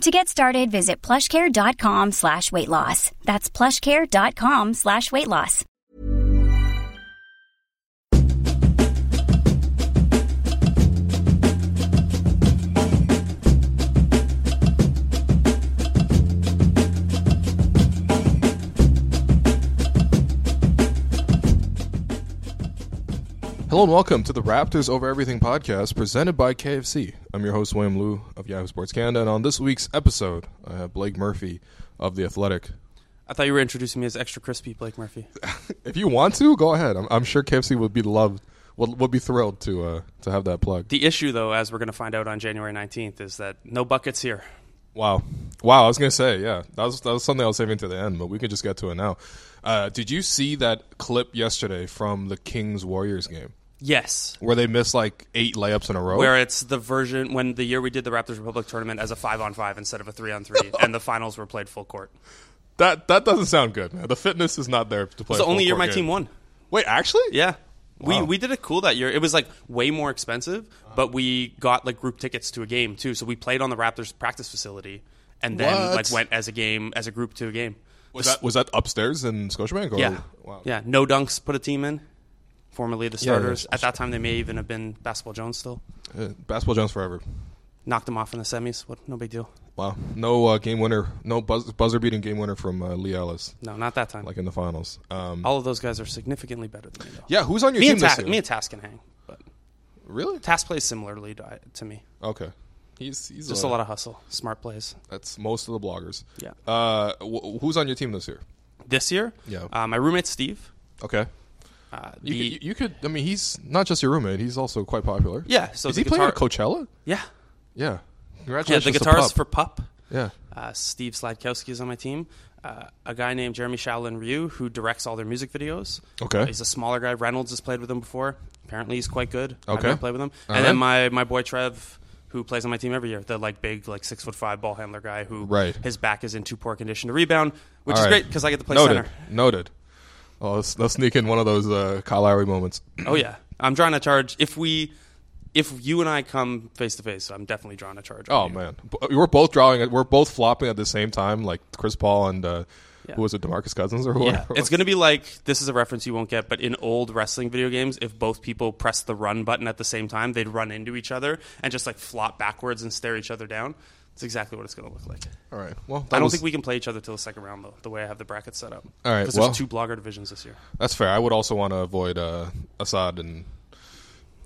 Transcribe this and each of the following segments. To get started, visit plushcare.com slash weight loss. That's plushcare.com slash weight loss. Hello and welcome to the Raptors Over Everything podcast presented by KFC. I'm your host, William Liu of Yahoo Sports Canada, and on this week's episode, I have Blake Murphy of The Athletic. I thought you were introducing me as extra crispy Blake Murphy. If you want to, go ahead. I'm, I'm sure KFC would be loved, would, would be thrilled to uh, to have that plug. The issue, though, as we're going to find out on January 19th, is that no buckets here. Wow. Wow, I was going to say, yeah. That was, that was something I was saving to the end, but we can just get to it now. Uh, did you see that clip yesterday from the Kings Warriors game Yes. where they missed like eight layups in a row? Where it's the version when the year we did the Raptors Republic tournament as a five on five instead of a three on three, and the finals were played full court. that that doesn't sound good, man. The fitness is not there to play. It's the a only year full-court my game. team won. Wait, actually? Yeah. We, Wow. we did it cool that year. It was like way more expensive, but we got like group tickets to a game too. So we played on the Raptors practice facility and then What? like went as a game as a group to a game. Was that was that upstairs in Scotiabank? Or, Yeah. Oh, Wow. Yeah. No dunks put a team in. Formerly the Yeah, yeah, starters. yeah. At that time, they may even have been Basketball Jones still. Uh, basketball Jones forever. Knocked them off in the semis. What? No big deal. Wow. No uh, game winner. No buzz, buzzer beating game winner from uh, Lee Ellis, No, not that time. like in the finals. Um, All of those guys are significantly better than me, though. yeah. Who's on your Me team and, this Ta- year? me and Tass can hang. But really? Tass plays similarly to to me. Okay. He's he's uh, Just a lot of hustle. Smart plays. That's most of the bloggers. Yeah. Uh, wh- who's on your team this year? This year, Yeah. uh, my roommate Steve. Okay. Uh, the, You, could, you, you could. I mean, he's not just your roommate. He's also quite popular. yeah, so Is the he playing guitar- at Coachella? Yeah. Yeah. Yeah, Congratulations. the to guitarist Pup. for Pup. Yeah. Uh, Steve Sladkowski is on my team. Uh, a guy named Jeremy Shaolin Ryu, who directs all their music videos. Okay. Uh, he's a smaller guy. Reynolds has played with him before. Apparently, he's quite good. Okay. I've Uh-huh. never played with him. All and then right. my, my boy Trev, who plays on my team every year, the like big like six foot five ball handler guy, who Right. his back is in too poor condition to rebound, which All is right. great because I get to play Noted. center. Noted. Oh, let's, let's sneak in one of those uh, Kyle Lowry moments. Oh yeah, I'm drawing a charge. If we, if you and I come face to face, I'm definitely drawing a charge. on Oh you. man, B- we're both drawing. it- We're both flopping at the same time, like Chris Paul and uh, Yeah. who was it, Demarcus Cousins or Yeah, whatever. it's going to be like this is a reference you won't get, but in old wrestling video games, if both people press the run button at the same time, they'd run into each other and just like flop backwards and stare each other down. It's exactly what it's going to look like. All right. Well, I don't think we can play each other till the second round though. The way I have the bracket set up, All right, because well- there's two blogger divisions this year. that's fair. I would also want to avoid uh, Assad and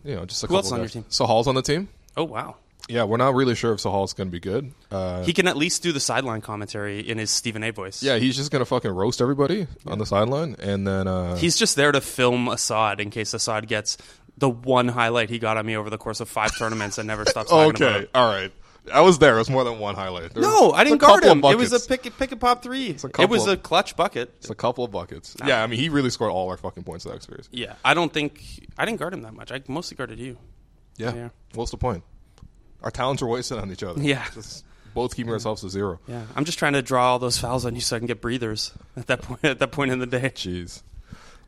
you know just a Who couple else on guys. your team? Sahal's on the team. Oh wow, Yeah, we're not really sure if Sahal's going to be good. Uh, he can at least do the sideline commentary in his Stephen A. voice. yeah, he's just going to fucking roast everybody on the sideline, and then uh, he's just there to film Assad in case Assad gets the one highlight he got on me over the course of five tournaments and never stops. talking about okay. it. All right, I was there. It was more than one highlight. There No, was- it's I a didn't guard couple of him. It was a buckets. pick, pick and pop three. couple It was of- a clutch bucket. It's a couple of buckets. Yeah, I mean, he really scored all our fucking points that experience. Yeah, I don't think I didn't guard him that much. I mostly guarded you. Yeah. Yeah. What's the point? Our talents are wasted on each other. Yeah. Just both keeping ourselves to zero. Yeah, I'm just trying to draw all those fouls on you so I can get breathers at that point. At that point in the day, Jeez.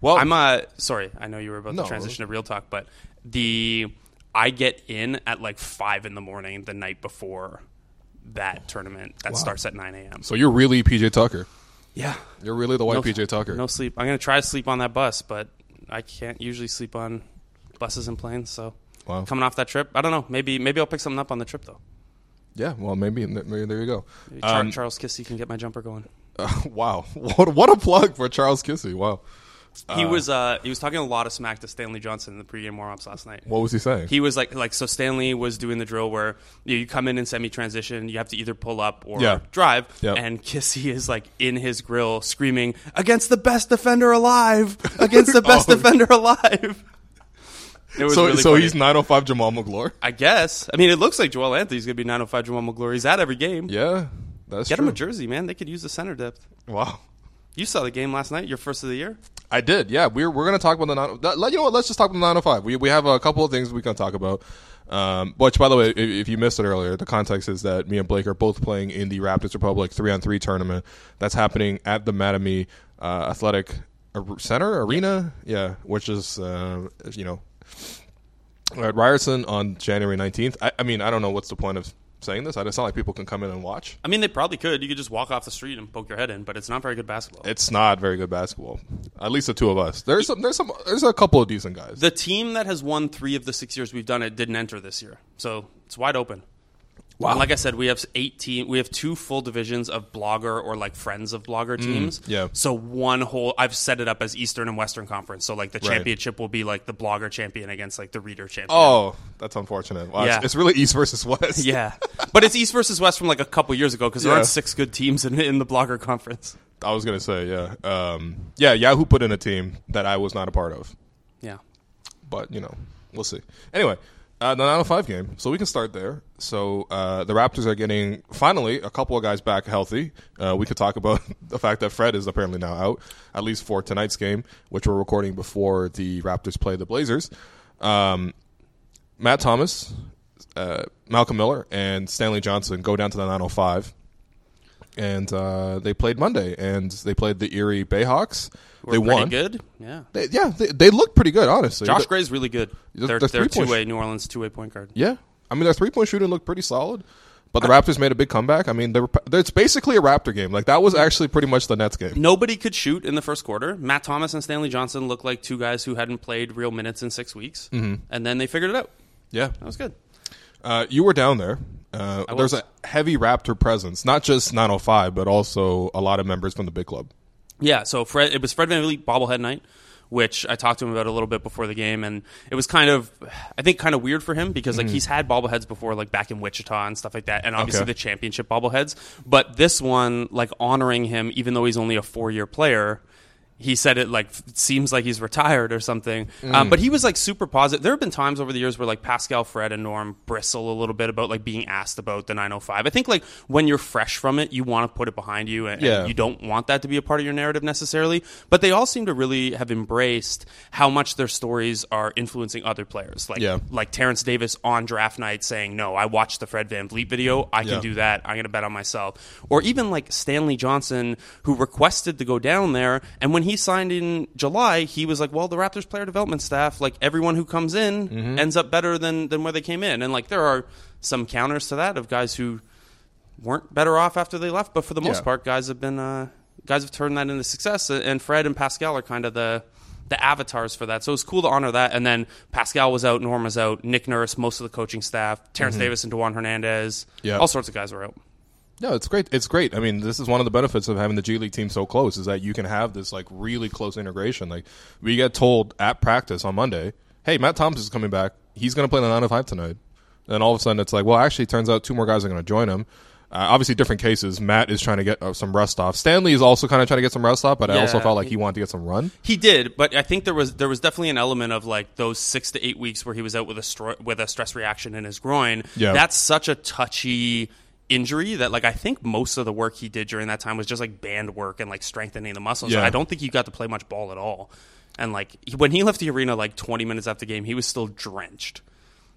Well, I'm uh sorry. I know you were about No. to transition to real talk, but the I get in at like five in the morning the night before that tournament that starts at 9 a.m. so you're really PJ Tucker. Yeah, You're really the white PJ Tucker. No sleep. I'm gonna try to sleep on that bus, but I can't usually sleep on buses and planes. So Wow. coming off that trip, I don't know. Maybe maybe I'll pick something up on the trip though. Yeah. Well, maybe, maybe there you go. Maybe Char- Um, Charles Kissy can get my jumper going. wow. What what a plug for Charles Kissy. Wow. he was uh, he was talking a lot of smack to Stanley Johnson in the pregame warm-ups last night. What was he saying? He was like like so Stanley was doing the drill where you, know, you come in and semi transition, you have to either pull up or Yeah. drive, Yeah. and Kissy is like in his grill screaming against the best defender alive, against the best Oh. defender alive. It was so really so funny. he's 905 Jamal McGlure. I guess. I mean, it looks like Joel Anthony's going to be 905 Jamal McGlory. He's at every game. Yeah. That's Get true. him a jersey, man. They could use the center depth. wow. You saw the game last night, your first of the year. I did. Yeah, we're we're gonna talk about the nine. that- let- You know what? Let's just talk about the nine hundred five. We we have a couple of things we can talk about. Um, which, by the way, if, if you missed it earlier, the context is that me and Blake are both playing in the Raptors Republic three on three tournament that's happening at the Mattamy uh, Athletic Ar- Center Arena. Yeah, which is uh, you know at Ryerson on January nineteenth. I, I mean, I don't know what's the point of saying this. I just not like people can come in and watch. I mean, they probably could. You could just walk off the street and poke your head in, but it's not very good basketball. It's not very good basketball. At least the two of us. There's some. There's some. There's a couple of decent guys. the team that has won three of the six years we've done it didn't enter this year, so it's wide open. Wow. And like I said, we have eighteen. We have two full divisions of blogger or like friends of blogger teams. yeah. So one whole. I've set it up as Eastern and Western Conference. So like the championship will be like the blogger champion against like the reader champion. Oh, that's unfortunate. Wow, Yeah. it's, it's really East versus West. Yeah, but it's East versus West from like a couple years ago because there Yeah. aren't six good teams in, in the Blogger Conference. I was gonna say, yeah, um, yeah. Yahoo put in a team that I was not a part of, Yeah, but you know, we'll see. Anyway, uh, the 905 game, so we can start there. So uh, the Raptors are getting finally a couple of guys back healthy. Uh, we could talk about the fact that Fred is apparently now out, at least for tonight's game, which we're recording before the Raptors play the Blazers. Um, Matt Thomas, uh, Malcolm Miller, and Stanley Johnson go down to the 905. And uh, they played Monday, and they played the Erie Bayhawks. We're they pretty won. Good. Yeah. They, yeah, they, they looked pretty good, honestly. Josh They- Gray's really good. The- They're, the they're three-point two-way New Orleans two-way point guard. yeah, I mean their three point shooting looked pretty solid, but the Raptors made a big comeback. I mean, they were, it's basically a Raptor game. Like that was actually pretty much the Nets game. Nobody could shoot in the first quarter. Matt Thomas and Stanley Johnson looked like two guys who hadn't played real minutes in six weeks, mm-hmm. and then they figured it out. Yeah, That was good. Uh, you were down there. Uh, was. there's a heavy Raptor presence, not just 905, but also a lot of members from the big club. Yeah, so Fred, it was Fred Van VanVleet bobblehead night, which I talked to him about a little bit before the game, and it was kind of, I think, kind of weird for him because like he's had bobbleheads before, like back in Wichita and stuff like that, and obviously Hmm. Okay. the championship bobbleheads. But this one, like honoring him, even though he's only a four-year player. He said it like f- seems like he's retired or something, Hmm. um, but he was like super positive. There have been times over the years where like Pascal, Fred, and Norm bristle a little bit about like being asked about the 905. I think like when you're fresh from it, you want to put it behind you and, Yeah. and you don't want that to be a part of your narrative necessarily, but they all seem to really have embraced how much their stories are influencing other players. Like Yeah. like Terrence Davis on draft night saying, "No, I watched the Fred Van Vliet video. I can Yeah. do that. I'm going to bet on myself." Or even like Stanley Johnson who requested to go down there, and when he signed in July, he was like, "Well, the Raptors player development staff, like everyone who comes in Mm-hmm. ends up better than than where they came in." And like there are some counters to that of guys who weren't better off after they left, but for the most Yeah. part, guys have been uh, guys have turned that into success. uh, And Fred and Pascal are kind of the the avatars for that. So it's cool to honor that. And then Pascal was out, Norm was out, Nick Nurse, most of the coaching staff, Terrence Davis and Dewan Hernandez, Mm-hmm. Yeah. all sorts of guys were out. No, it's great. It's great. I mean, this is one of the benefits of having the G League team so close is that you can have this like really close integration. Like we get told at practice on Monday, "Hey, Matt Thompson's coming back. He's going to play in the nine to five tonight." And all of a sudden, it's like, well, actually, turns out two more guys are going to join him. Uh, obviously, different cases. Matt is trying to get uh, some rust off. Stanley is also kind of trying to get some rust off, but I also Yeah. felt like he wanted to get some run. He did, but I think there was there was definitely an element of like those six to eight weeks where he was out with a stro- with a stress reaction in his groin. Yeah. that's such a touchy injury that like I think most of the work he did during that time was just like band work and like strengthening the muscles. Yeah. I don't think he got to play much ball at all. And like he- when he left the arena like 20 minutes after the game, he was still drenched.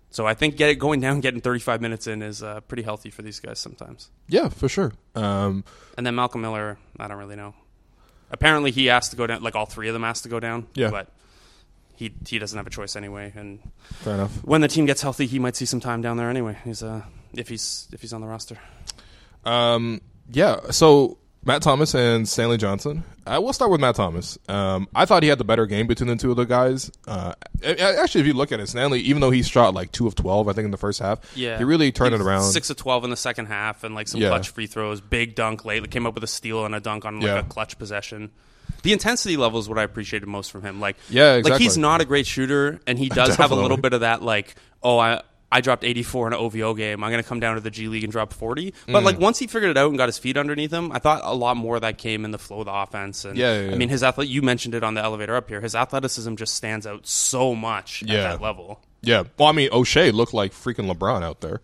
So I think get, going down getting 35 minutes in is uh, pretty healthy for these guys sometimes. Yeah, for sure. Um, And then Malcolm Miller, I don't really know. Apparently, he asked to go down. Like all three of them asked to go down. Yeah. but he he doesn't have a choice anyway. And fair enough. when the team gets healthy, he might see some time down there anyway. He's uh if he's if he's on the roster. Um, yeah. So Matt Thomas and Stanley Johnson. I will start with Matt Thomas. Um, I thought he had the better game between the two of the guys. Uh, a- a- actually, if you look at it, Stanley, even though he shot like two of twelve, I think in the first half, he really turned He it was around. Six of twelve in the second half, and like some Yeah. clutch free throws, big dunk late. Came up with a steal and a dunk on like Yeah. a clutch possession. The intensity level is what I appreciated most from him. Like, Yeah, like he's exactly. not a great shooter, and he does have a little Definitely. bit of that. Like, oh, I I dropped 84 in an OVO game. I'm going to come down to the G League and drop 40. But Mm. like once he figured it out and got his feet underneath him, I thought a lot more of that came in the flow of the offense. And Yeah, yeah, I yeah. mean, his athlete. You mentioned it on the elevator up here. His athleticism just stands out so much Yeah. at that level. Yeah. Well, I mean, O'Shea looked like freaking LeBron out there.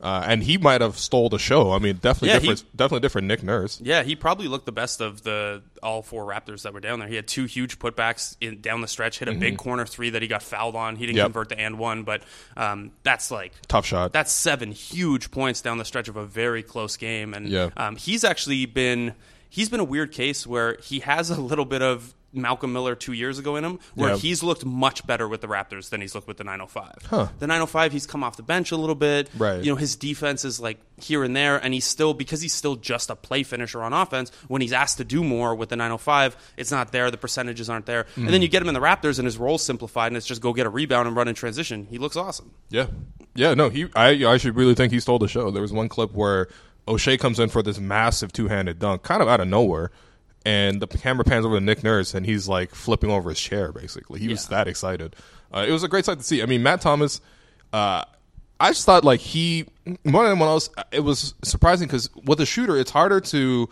Uh, and he might have stole the show. I mean, definitely Yeah, different. he- definitely different. Nick Nurse. Yeah, he probably looked the best of the all four Raptors that were down there. He had two huge putbacks in, down the stretch, hit a big corner three that he got fouled on. He didn't Yep. convert the and one, but um, that's like Tough shot. that's seven huge points down the stretch of a very close game. And Yeah. um, he's actually been he's been a weird case where he has a little bit of Malcolm Miller two years ago in him, where Yeah. he's looked much better with the Raptors than he's looked with the 905. The 905, he's come off the bench a little bit. Right. You know, his defense is like here and there, and he's still because he's still just a play finisher on offense. When he's asked to do more with the 905, it's not there. The percentages aren't there. And Hmm. then you get him in the Raptors, and his role's simplified, and it's just go get a rebound and run in transition. He looks awesome. Yeah, yeah. No, he. I. I should really think he stole the show. There was one clip where O'Shea comes in for this massive two-handed dunk, kind of out of nowhere, and the camera pans over to Nick Nurse, and he's like flipping over his chair. Basically, he was that excited. Uh, it was a great sight to see. I mean, Matt Thomas. Uh, I just thought like he more than anyone else. uh, It was surprising because with a shooter, it's harder to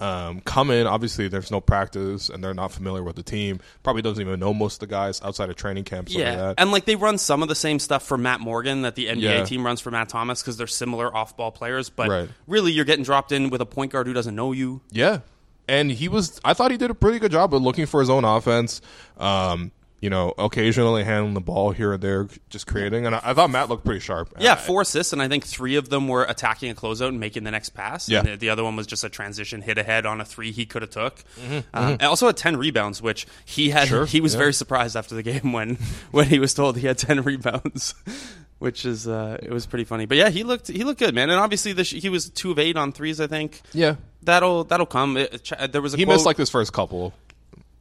um, come in. Obviously, there's no practice, and they're not familiar with the team. Probably doesn't even know most of the guys outside of training camp. stuff like Yeah, that. and like they run some of the same stuff for Matt Morgan that the NBA Yeah. team runs for Matt Thomas because they're similar off-ball players. But Right. really, you're getting dropped in with a point guard who doesn't know you. Yeah. And he was I thought he did a pretty good job of looking for his own offense. Um, you know, occasionally handling the ball here and there, just creating. And I, I thought Matt looked pretty sharp. Yeah, I- four assists, and I think three of them were attacking a closeout and making the next pass. Yeah. And the, the other one was just a transition hit ahead on a three he could have took. Uh, and also had ten rebounds, which he had. Mm-hmm, Sure, He was yeah. very surprised after the game when when he was told he had ten rebounds. Which is uh, it was pretty funny, but yeah, he looked he looked good, man. And obviously, this, he was two of eight on threes, I think. Yeah. that'll that'll come. It- it- ch- there was a he quote- missed like this first couple.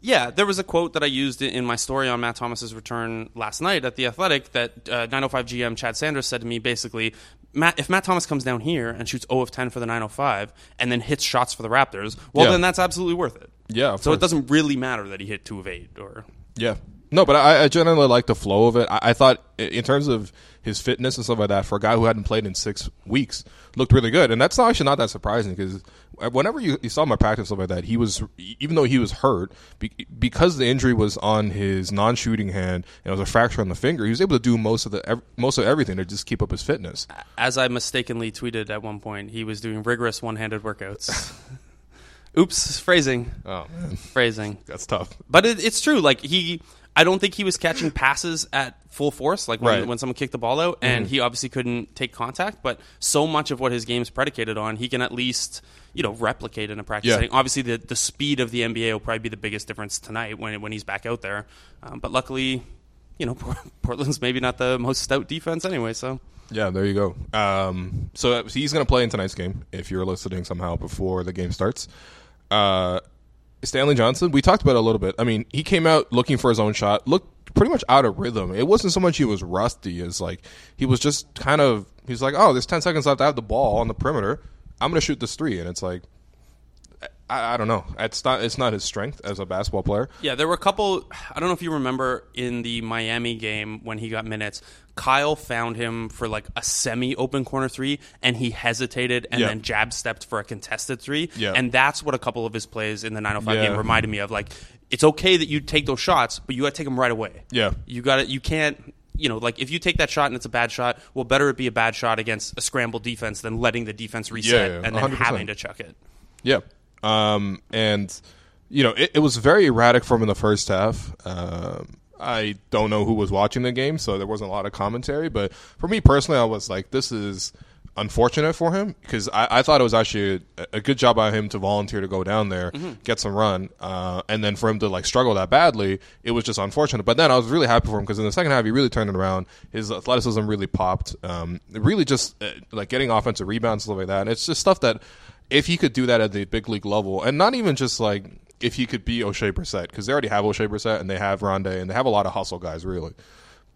yeah, there was a quote that I used in- in my story on Matt Thomas's return last night at the Athletic that uh, 905 GM Chad Sanders said to me basically, Matt, if Matt Thomas comes down here and shoots 0 of 10 for the 905 and then hits shots for the Raptors, well, Yeah. then that's absolutely worth it. Yeah, of So course. it doesn't really matter that he hit 2 of 8 or. Yeah. No, but I, I generally like the flow of it. I, I thought, i- in terms of his fitness and stuff like that, for a guy who hadn't played in six weeks, looked really good. And that's not, actually not that surprising because whenever you, you saw him at practice stuff like that, he was e, even though he was hurt be, because the injury was on his non-shooting hand and it was a fracture on the finger. He was able to do most of the ev- most of everything to just keep up his fitness. As I mistakenly tweeted at one point, he was doing rigorous one handed workouts. Oops, phrasing. Oh man, Phrasing. that's tough. But it, it's true. Like he, I don't think he was catching passes at full force. Like when, Right. Mm-hmm. when someone kicked the ball out, and he obviously couldn't take contact. But so much of what his game is predicated on, he can at least you know replicate in a practice Yeah. setting. Obviously, the the speed of the NBA will probably be the biggest difference tonight when when he's back out there. Um, but luckily. You know, Portland's maybe not the most stout defense anyway, so Yeah, there you go. Um, so uh, he's going to play in tonight's game if you're listening somehow before the game starts. Uh, Stanley Johnson, we talked about it a little bit. I mean, he came out looking for his own shot, looked pretty much out of rhythm. It wasn't so much he was rusty as like he was just kind of he's like, oh, there's ten seconds left. I have the ball on the perimeter. I'm going to shoot this three, and it's like. I, I don't know. It's not. It's not his strength as a basketball player. Yeah, there were a couple. I don't know if you remember in the Miami game when he got minutes, Kyle found him for like a semi open corner three, and he hesitated and Yeah. then jab stepped for a contested three. Yeah. And that's what a couple of his plays in the 905 Yeah. game reminded me of. Like, it's okay that you take those shots, but you got to take them right away. Yeah. You got to, you can't. You know, like if you take that shot and it's a bad shot, well, better it be a bad shot against a scramble defense than letting the defense reset yeah, and then 100%. having to chuck it. Yeah. Um, and, you know, it, it was very erratic from in the first half. Um, I don't know who was watching the game, so there wasn't a lot of commentary. But for me personally, I was like, this is unfortunate for him because I, I thought it was actually a, a good job by him to volunteer to go down there, get some run. Uh, and then for him to, like, struggle that badly, it was just unfortunate. But then I was really happy for him because in the second half, he really turned it around. His athleticism really popped. Um, really just, uh, like, getting offensive rebounds, stuff like that. And it's just stuff that if he could do that at the big league level, and not even just like if he could be O'Shea Brissett, because they already have O'Shea Brissett and they have Rondé and they have a lot of hustle guys, really.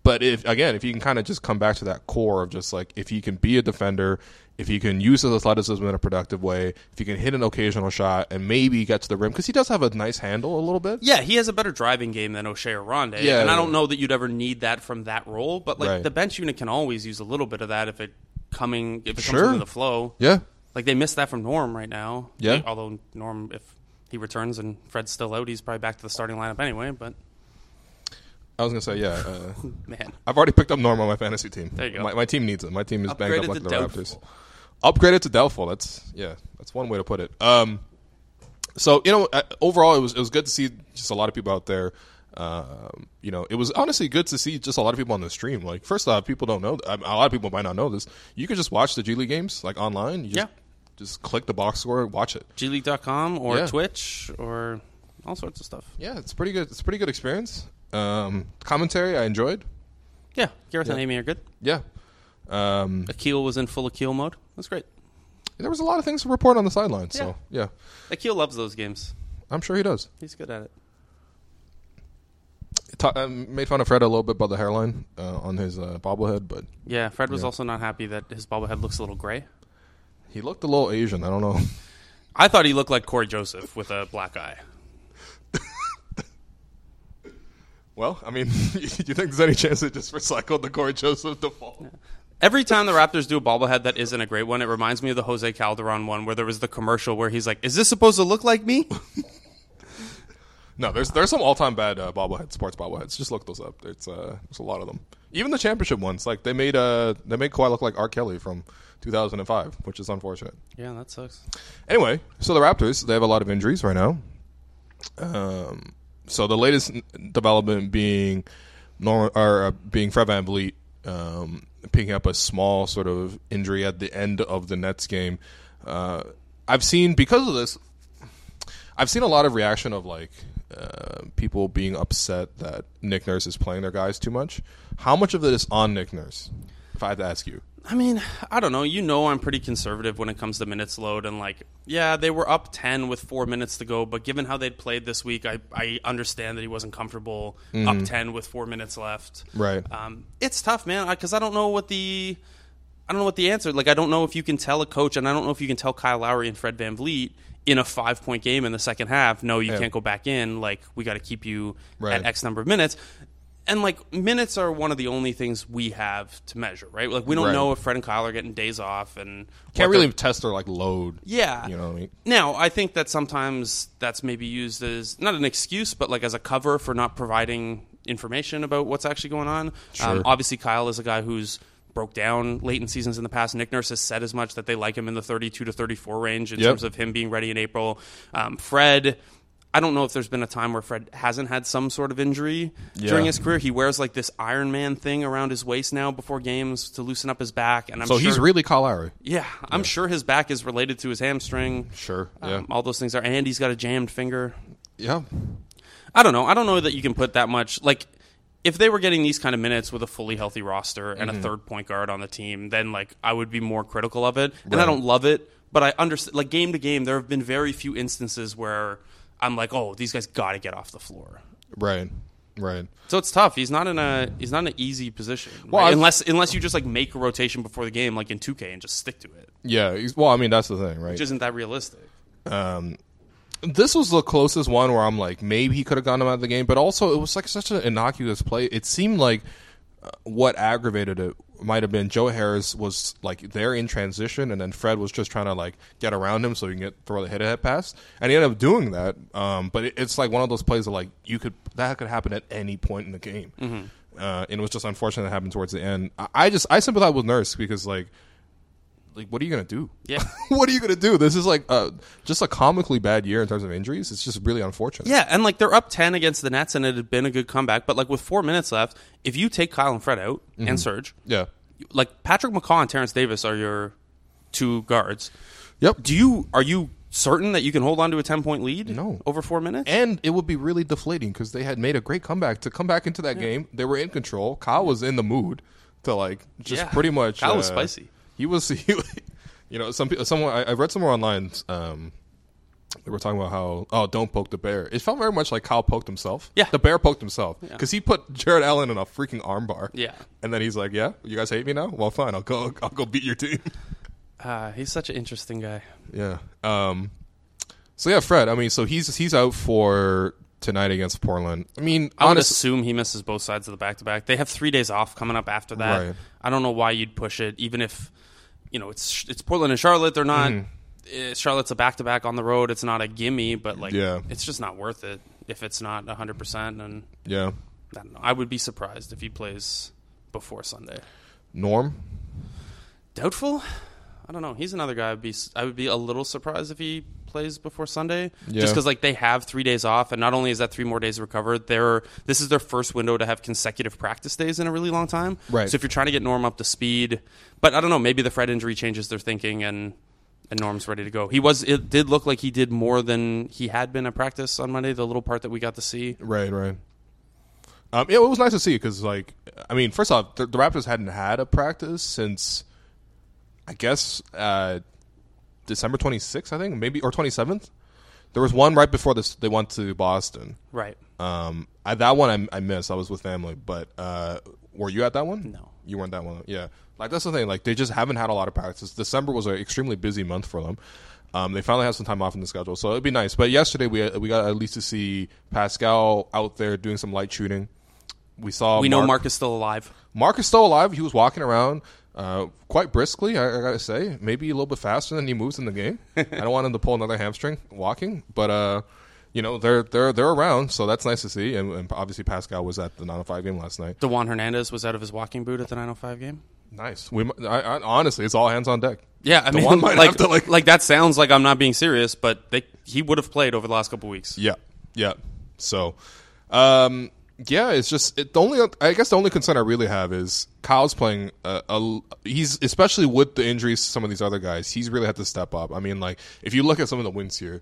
But if again, if he can kind of just come back to that core of just like if he can be a defender, if he can use his athleticism in a productive way, if he can hit an occasional shot and maybe get to the rim, because he does have a nice handle a little bit. Yeah, he has a better driving game than O'Shea or Rondé. Yeah. And I don't know that you'd ever need that from that role, but like Right. the bench unit can always use a little bit of that if it coming if it Sure. comes into the flow. Yeah. Like they missed that from Norm right now. Yeah. Although Norm if he returns and Fred's still out, he's probably back to the starting lineup anyway, but I was gonna say yeah. Uh, Man, I've already picked up Norm on my fantasy team. There you go. My, my team needs him. My team is Upgraded banged up like to the doubtful. Raptors. Upgraded to doubtful. That's yeah. That's one way to put it. Um, so you know, uh, overall, it was it was good to see just a lot of people out there. Um, you know, it was honestly good to see just a lot of people on the stream. Like, first off, people don't know. I mean, a lot of people might not know this. You could just watch the G League games like online. You just, Yeah. Just click the box score, and watch it. GLeague.com or Yeah. Twitch or all sorts of stuff. Yeah, it's pretty good. It's a pretty good experience. Um, commentary I enjoyed. Yeah, Gareth and Amy are good. Yeah. Um, Akil was in full Akil mode. That's great. there was a lot of things to report on the sidelines. Yeah. So yeah, Akil loves those games. I'm sure he does. He's good at it. It ta- I made fun of Fred a little bit by the hairline uh, on his uh, bobblehead, but Yeah, Fred was also not happy that his bobblehead looks a little gray. he looked a little Asian. I don't know. I thought he looked like Corey Joseph with a black eye. well, I mean, do you think there's any chance they just recycled the Corey Joseph default? Every time the Raptors do a bobblehead that isn't a great one, it reminds me of the Jose Calderon one where there was the commercial where he's like, "Is this supposed to look like me?" No, there's there's some all time bad uh, bobbleheads, sports bobbleheads. Just look those up. There's uh, there's a lot of them. Even the championship ones, like they made uh they made Kawhi look like R. Kelly from 2005, which is unfortunate. yeah, that sucks. Anyway, so the Raptors, they have a lot of injuries right now. Um, so the latest n- development being normal or uh, being Fred VanVleet um, picking up a small sort of injury at the end of the Nets game. Uh, I've seen because of this, I've seen a lot of reaction of like uh, people being upset that Nick Nurse is playing their guys too much. How much of it is on Nick Nurse? If I had to ask you, I mean, I don't know. You know, I'm pretty conservative when it comes to minutes load, and like, yeah, they were up ten with four minutes to go, but given how they'd played this week, I I understand that he wasn't comfortable up ten with four minutes left. Right. Um, it's tough, man, because I don't know what the I don't know what the answer. Like, I don't know if you can tell a coach, and I don't know if you can tell Kyle Lowry and Fred Van Vliet in a five point game in the second half. No, you can't go back in. Like, we got to keep you Right. at X number of minutes. And like minutes are one of the only things we have to measure, right? Like we don't Right. know if Fred and Kyle are getting days off and can't what really they're- test their like load. yeah. you know what I mean. Now I think that sometimes that's maybe used as not an excuse, but like as a cover for not providing information about what's actually going on. Um, Sure. obviously, Kyle is a guy who's broke down late in seasons in the past. Nick Nurse has said as much that they like him in the 32 to 34 range in Yep. terms of him being ready in April. Um, Fred. I don't know if there's been a time where Fred hasn't had some sort of injury during Yeah. his career. He wears like this Iron Man thing around his waist now before games to loosen up his back, and I'm So sure he's really Kyle Lowry. yeah, I'm sure his back is related to his hamstring. Sure, Um, yeah. all those things are. And he's got a jammed finger. Yeah. I don't know. I don't know that you can put that much. Like, if they were getting these kind of minutes with a fully healthy roster and Mm-hmm. a third point guard on the team, then, like, I would be more critical of it. And I don't love it, but I understand. Like, game to game, there have been very few instances where I'm like, oh, these guys got to get off the floor. Right. Right. So it's tough. He's not in a he's not in an easy position. Well, right? I've- unless unless you just like make a rotation before the game, like in 2K, and just stick to it, Yeah. he's- Well, I mean, that's the thing, right? which isn't that realistic. this was the closest one where I'm like, maybe he could have gotten him out of the game, but also it was like such an innocuous play. It seemed like uh, what aggravated it might have been Joe Harris was like there in transition, and then Fred was just trying to like get around him so he can get throw the head to head pass, and he ended up doing that. Um, but it, it's like one of those plays that like you could that could happen at any point in the game, uh, and it was just unfortunate that happened towards the end. I, I just I sympathize with Nurse because like like what are you gonna do? Yeah. what are you gonna do? This is like uh, just a comically bad year in terms of injuries. It's just really unfortunate. Yeah, and like they're up ten against the Nets, and it had been a good comeback. But like with four minutes left, if you take Kyle and Fred out and Serge, Yeah. like Patrick McCaw and Terrence Davis are your two guards. Yep. Do you are you certain that you can hold on to a ten point lead? No. over four minutes. And it would be really deflating because they had made a great comeback to come back into that game. They were in control. Kyle was in the mood to like just Yeah. pretty much. uh, Kyle was spicy. He was. He, you know, some people. Someone I, I read somewhere online. Um, they were talking about how oh don't poke the bear. It felt very much like Kyle poked himself. Yeah. the bear poked himself because he put Jared Allen in a freaking armbar. Yeah. and then he's like, yeah, you guys hate me now. Well, fine, I'll go. I'll go beat your team. Ah, he's such an interesting guy. Yeah. Um. So yeah, Fred. I mean, so he's he's out for tonight against Portland. I mean, I would honestly, assume he misses both sides of the back to back. They have three days off coming up after that. Right. I don't know why you'd push it, even if you know it's it's Portland and Charlotte. They're not. Mm-hmm. eh, Charlotte's a back to back on the road. It's not a gimme, but like Yeah. it's just not worth it if it's not hundred percent. And yeah. I don't know. I would be surprised if he plays before Sunday. Norm, Doubtful. I don't know. He's another guy. I'd be I would be a little surprised if he plays before Sunday, Yeah. just because like they have three days off, and not only is that three more days to recover, they're this is their first window to have consecutive practice days in a really long time. Right. So if you're trying to get Norm up to speed, but I don't know, maybe the Fred injury changes their thinking and. And Norm's ready to go. He was. It did look like he did more than he had been at practice on Monday. The little part that we got to see. right, right. Um, yeah, it was nice to see because, like, I mean, first off, the, the Raptors hadn't had a practice since, I guess, uh, December 26th, I think, maybe or 27th. There was one right before this. They went to Boston. Right. Um, I, that one I, I missed. I was with family, but uh, were you at that one? No. you weren't that one. Yeah, like that's the thing. Like they just haven't had a lot of practices. December was an extremely busy month for them. Um, they finally have some time off in the schedule, so it'd be nice. But yesterday we we got at least to see Pascal out there doing some light shooting. We saw We know Mark is still alive. Mark is still alive. He was walking around uh, quite briskly, I, I gotta say. Maybe a little bit faster than he moves in the game. I don't want him to pull another hamstring walking, but uh, you know they're they're they're around, so that's nice to see. And, and obviously Pascal was at the 905 game last night. Dewan Hernandez was out of his walking boot at the 905 game. Nice. We mi- I, I, honestly, it's all hands on deck. Yeah, I mean, one might like, have like, to, like- that sounds like I'm not being serious, but they, he would have played over the last couple weeks. Yeah, yeah. So, um, yeah, it's just it, the only. I guess the only concern I really have is Kyle's playing. A, a, he's especially with the injuries to some of these other guys. He's really had to step up. I mean, like if you look at some of the wins here,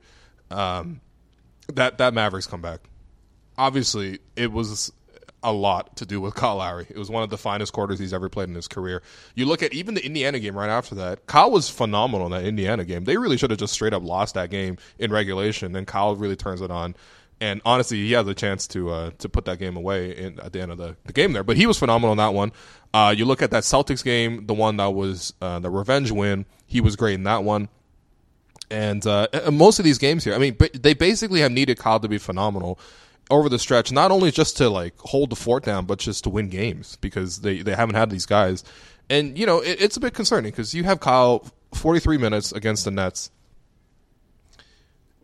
um, that that Mavericks comeback. Obviously, it was a lot to do with Kyle Lowry. It was one of the finest quarters he's ever played in his career. You look at even the Indiana game right after that. Kyle was phenomenal in that Indiana game. They really should have just straight up lost that game in regulation. And Kyle really turns it on. And honestly, he has a chance to uh, to put that game away in, at the end of the, the game there. But he was phenomenal in that one. Uh, you look at that Celtics game, the one that was uh, the revenge win. He was great in that one and uh, uh, most of these games here, I mean, but they basically have needed Kyle to be phenomenal over the stretch, not only just to like hold the fort down, but just to win games because they they haven't had these guys, and you know it, it's a bit concerning because you have Kyle forty three minutes against the Nets.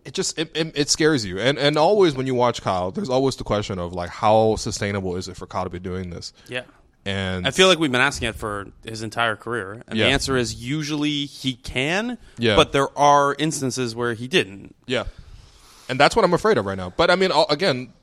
It just it, it, it scares you, and and always when you watch Kyle, there's always the question of like how sustainable is it for Kyle to be doing this, Yeah. and I feel like we've been asking it for his entire career. And Yeah. the answer is usually he can, Yeah. but there are instances where he didn't. Yeah, and that's what I'm afraid of right now. But I mean, al- again,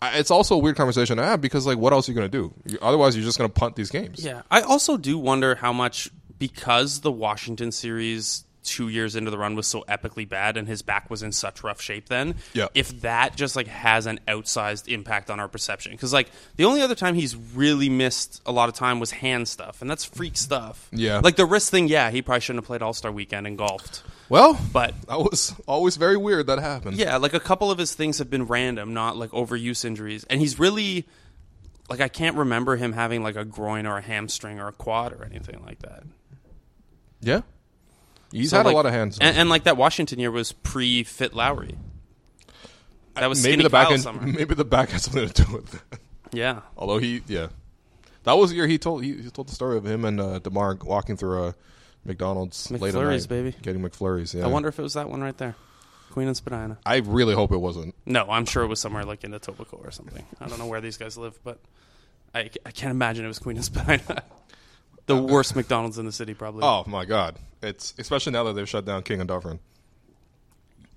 I- it's also a weird conversation to have because like, what else are you going to do? You- Otherwise, you're just going to punt these games. Yeah. I also do wonder how much, because the Washington series two years into the run was so epically bad and his back was in such rough shape then, Yeah. if that just like has an outsized impact on our perception. Because like the only other time he's really missed a lot of time was hand stuff, and that's freak stuff. Yeah. Like the wrist thing, yeah, he probably shouldn't have played All Star weekend and golfed. Well, But that was always very weird that happened. yeah, like a couple of his things have been random, not like overuse injuries. And he's really like I can't remember him having like a groin or a hamstring or a quad or anything like that. yeah. He's So, had like- a lot of hands. and, and like that Washington year was pre Fit Lowry. That was Uh, maybe skinny the back Kyle end. Mm-hmm. summer. Maybe the back had something to do with it. Yeah, Although he, yeah, that was the year he told he, he told the story of him and uh, Demar walking through a McDonald's late at McFlurries, night, baby. getting McFlurries. Yeah, I wonder if it was that one right there, Queen and Spadina. I really hope it wasn't. No, I'm sure it was somewhere like in Etobicoke or something. I don't know where these guys live, but I, I can't imagine it was Queen and Spadina. the worst McDonald's in the city, probably. Uh-huh. Oh my god! It's especially now that they've shut down King and Dufferin.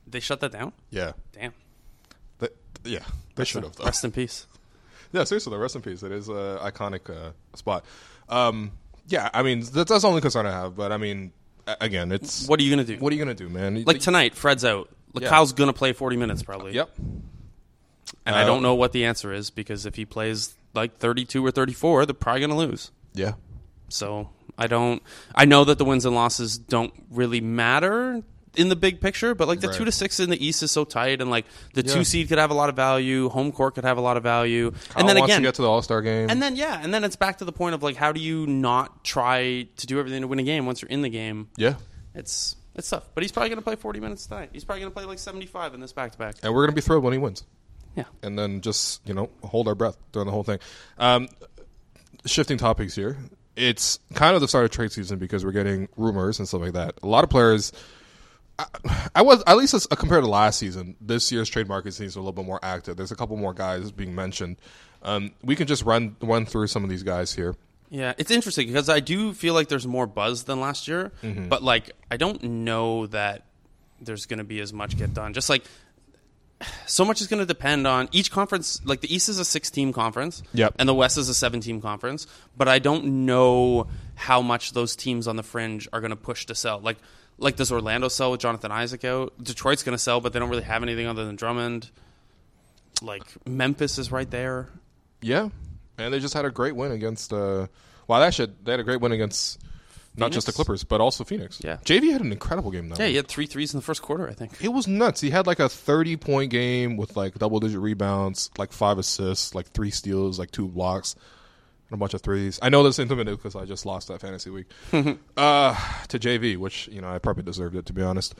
They shut that down. Yeah, Damn. Th- yeah, they should have. Though. Rest in peace. Yeah, seriously, though, rest in peace. It is an iconic uh, spot. Um, yeah, I mean that, that's the only concern I have. But I mean, a- again, it's what, What are you gonna do? are you gonna do, man? like tonight, Fred's out. Like, Yeah. Mm-hmm. Kyle's gonna play 40 minutes probably. yep, Uh, And I don't know what the answer is because if he plays like 32 or 34, they're probably gonna lose. yeah, So I don't. I know that the wins and losses don't really matter in the big picture, but like the Right. two to six in the East is so tight, and like the Yeah. two seed could have a lot of value. Home court could have a lot of value, Kyle and then wants again. to get to the All Star game, and then yeah, and then it's back to the point of like, how do you not try to do everything to win a game once you're in the game? yeah, It's it's tough, but he's probably going to play 40 minutes tonight. He's probably going to play like 75 in this back to back. and we're gonna be thrilled when he wins. Yeah, and then just you know hold our breath during the whole thing. Um, shifting topics here, it's kind of the start of trade season because we're getting rumors and stuff like that. A lot of players. I, I was at least as, uh, compared to last season. This year's trade market seems a little bit more active. There's a couple more guys being mentioned. Um, we can just run run through some of these guys here. Yeah, it's interesting because I do feel like there's more buzz than last year, but like I don't know that there's going to be as much get done. Just like so much is going to depend on each conference. Like the East is a six-team conference, Yep. and the West is a seven-team conference. But I don't know how much those teams on the fringe are going to push to sell. Like, like does Orlando sell with Jonathan Isaac out? Detroit's going to sell, but they don't really have anything other than Drummond. Like Memphis is right there. Yeah, and they just had a great win against. Uh, well, that should they had a great win against not just the Phoenix? Clippers but also Phoenix. Yeah. JV had an incredible game though. Yeah, he had three threes in the first quarter, I think. It was nuts. He had like a 30 point game with like double digit rebounds, like five assists, like three steals, like two blocks, and a bunch of threes. I know that's intimidating because I just lost that fantasy week uh, to JV, which, you know, I probably deserved it to be honest.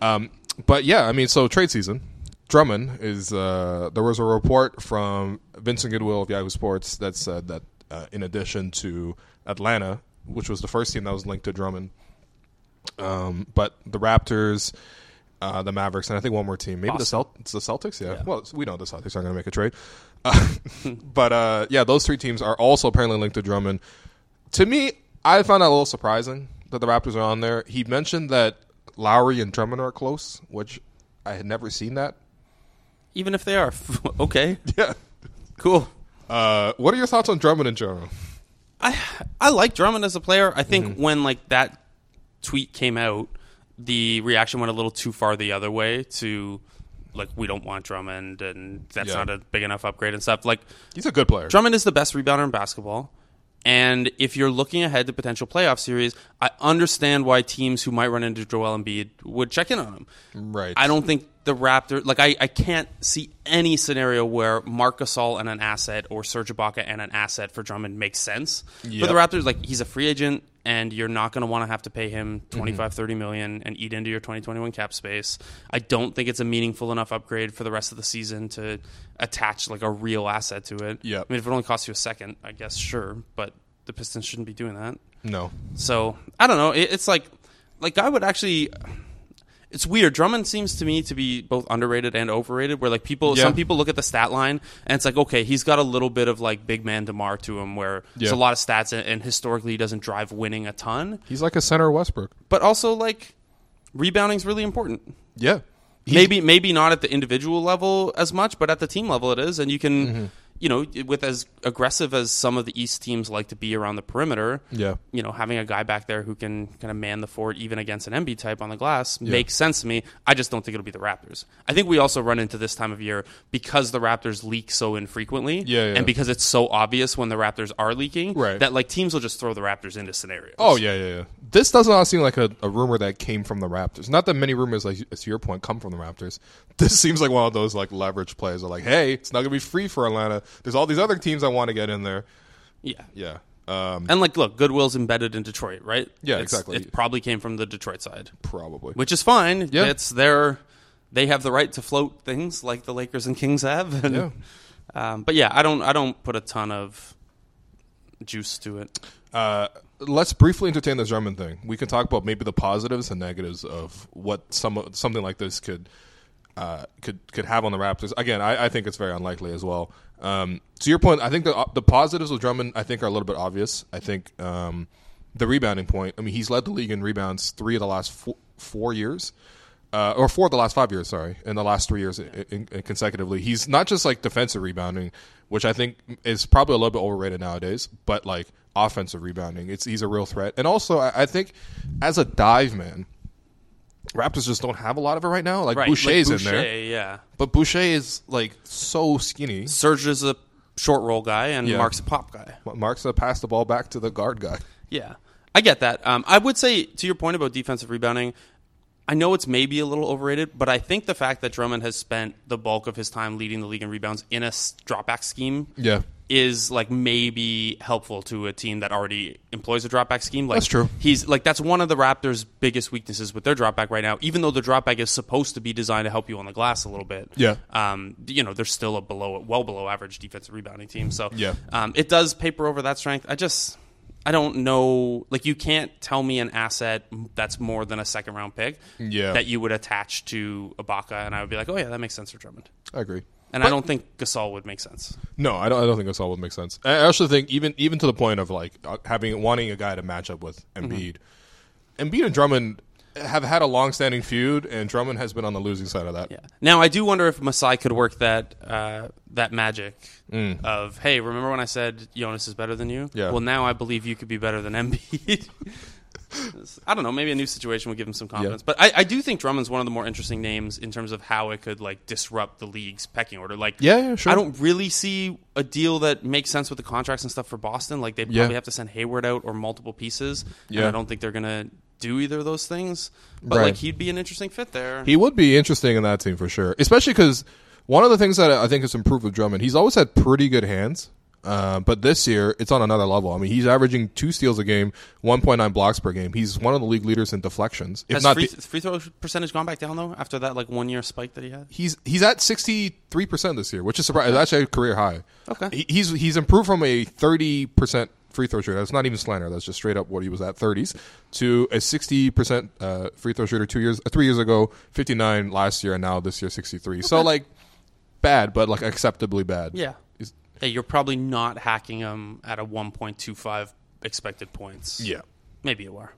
Um, but yeah, I mean, so trade season. Drummond is, uh, there was a report from Vincent Goodwill of Yahoo Sports that said that uh, in addition to Atlanta, which was the first team that was linked to Drummond, um, but the Raptors, uh, the Mavericks, and I think one more team, maybe the Celt- the Celtics. Yeah. Well, we know the Celtics aren't going to make a trade, uh, but uh, yeah, those three teams are also apparently linked to Drummond. To me, I found that a little surprising that the Raptors are on there. He mentioned that Lowry and Drummond are close, which I had never seen that. Even if they are okay, Yeah. cool. Uh, what are your thoughts on Drummond in general? I I like Drummond as a player. I think when like that tweet came out, the reaction went a little too far the other way to like we don't want Drummond and that's Yeah. not a big enough upgrade and stuff. Like He's a good player. Drummond is the best rebounder in basketball. And if you're looking ahead to potential playoff series, I understand why teams who might run into Joel Embiid would check in on him. Right. I don't think the Raptor like I, I can't see any scenario where Marc Gasol and an asset or Serge Ibaka and an asset for Drummond makes sense. For Yep. the Raptors, like he's a free agent and you're not going to want to have to pay him 25 Mm-hmm. 30 million and eat into your 2021 cap space. I don't think it's a meaningful enough upgrade for the rest of the season to attach like a real asset to it. Yep. I mean if it only costs you a second, I guess sure, but the Pistons shouldn't be doing that. No. So I don't know. It, it's like, like I would actually. It's weird. Drummond seems to me to be both underrated and overrated. Where like people, Yeah. some people look at the stat line and it's like, okay, he's got a little bit of like big man Demar to him, where there's a Yeah. lot of stats and, and historically he doesn't drive winning a ton. He's like a center Westbrook. But also like rebounding's really important. Yeah. maybe maybe not at the individual level as much, but at the team level it is, and you can. Mm-hmm. You know, with as aggressive as some of the East teams like to be around the perimeter, Yeah. you know, having a guy back there who can kind of man the fort even against an MB type on the glass makes sense to me. I just don't think it'll be the Raptors. I think we also run into this time of year because the Raptors leak so infrequently Yeah, yeah. and because it's so obvious when the Raptors are leaking Right. that like teams will just throw the Raptors into scenarios. Oh yeah, yeah, yeah. This does not seem like a, a rumor that came from the Raptors. Not that many rumors, like to your point, come from the Raptors. This seems like one of those like leverage plays. Are like, hey, it's not gonna be free for Atlanta. There's all these other teams I want to get in there. Yeah. Yeah, um, And like look, Goodwill's embedded in Detroit, right? Yeah, It's- exactly. It probably came from the Detroit side. probably. Which is fine. Yeah. It's their they have the right to float things like the Lakers and Kings have. And, Yeah. Um, but yeah, I don't I don't put a ton of juice to it. Uh, let's briefly entertain this Drummond thing. We can talk about maybe the positives and negatives of what some something like this could uh, could could have on the Raptors. Again, I, I think it's very unlikely as well. Um, to your point, I think the the positives with Drummond I think are a little bit obvious. I think um, the rebounding point. I mean, he's led the league in rebounds three of the last four, four years. Uh, or four of the last five years, sorry, in the last three years in, in, in consecutively. He's not just like defensive rebounding, which I think is probably a little bit overrated nowadays, but like offensive rebounding, it's he's a real threat. And also, I, I think as a dive man, Raptors just don't have a lot of it right now. Like Right, Boucher's like in there, Boucher, Yeah, but Boucher is like so skinny. Serge is a short roll guy, and Yeah. Mark's a pop guy. Mark's gonna pass the ball back to the guard guy. Yeah, I get that. Um, I would say to your point about defensive rebounding, I know it's maybe a little overrated, but I think the fact that Drummond has spent the bulk of his time leading the league in rebounds in a s- dropback scheme, Yeah. is like maybe helpful to a team that already employs a dropback scheme. Like That's true. He's like that's one of the Raptors' biggest weaknesses with their dropback right now. Even though the dropback is supposed to be designed to help you on the glass a little bit, Yeah. Um, you know they're still a below, well below average defensive rebounding team. So Yeah. um, it does paper over that strength. I just I don't know. Like you can't tell me an asset that's more than a second round pick Yeah. that you would attach to Ibaka, and I would be like, oh yeah, that makes sense for Drummond. I agree. And I don't think Gasol would make sense. No, I don't. I don't think Gasol would make sense. I actually think even even to the point of like uh, having wanting a guy to match up with Embiid. Mm-hmm. Embiid and Drummond have had a long-standing feud, and Drummond has been on the losing side of that. Yeah. Now I do wonder if Masai could work that uh, that magic of hey, remember when I said Jonas is better than you? Mm. Yeah. Well, now I believe you could be better than Embiid. I don't know. Maybe a new situation would give him some confidence. But I, I do think Drummond's one of the more interesting names in terms of how it could like disrupt the league's pecking order. Like, Yeah, yeah, sure. I don't really see a deal that makes sense with the contracts and stuff for Boston. Like, they probably Yeah. have to send Hayward out or multiple pieces. And Yeah. I don't think they're gonna do either of those things. But Right. like, he'd be an interesting fit there. He would be interesting in that team for sure, especially because one of the things that I think has improved with Drummond, he's always had pretty good hands. Uh, but this year, it's on another level. I mean, he's averaging two steals a game, 1.9 blocks per game. He's one of the league leaders in deflections. If Has not, free, the- free throw percentage gone back down though after that like one year spike that he had? he's he's at 63% this year, which is surprising. That's actually a career high. Okay. He, he's he's improved from a 30% free throw shooter. That's not even slander. That's just straight up what he was at 30s to a 60% uh, free throw shooter 2 years uh, 3 years ago, 59 last year and now this year 63. So like bad, but like acceptably bad. Yeah. Is- Hey, you're probably not hacking him at a 1.25 expected points. yeah. Maybe you are.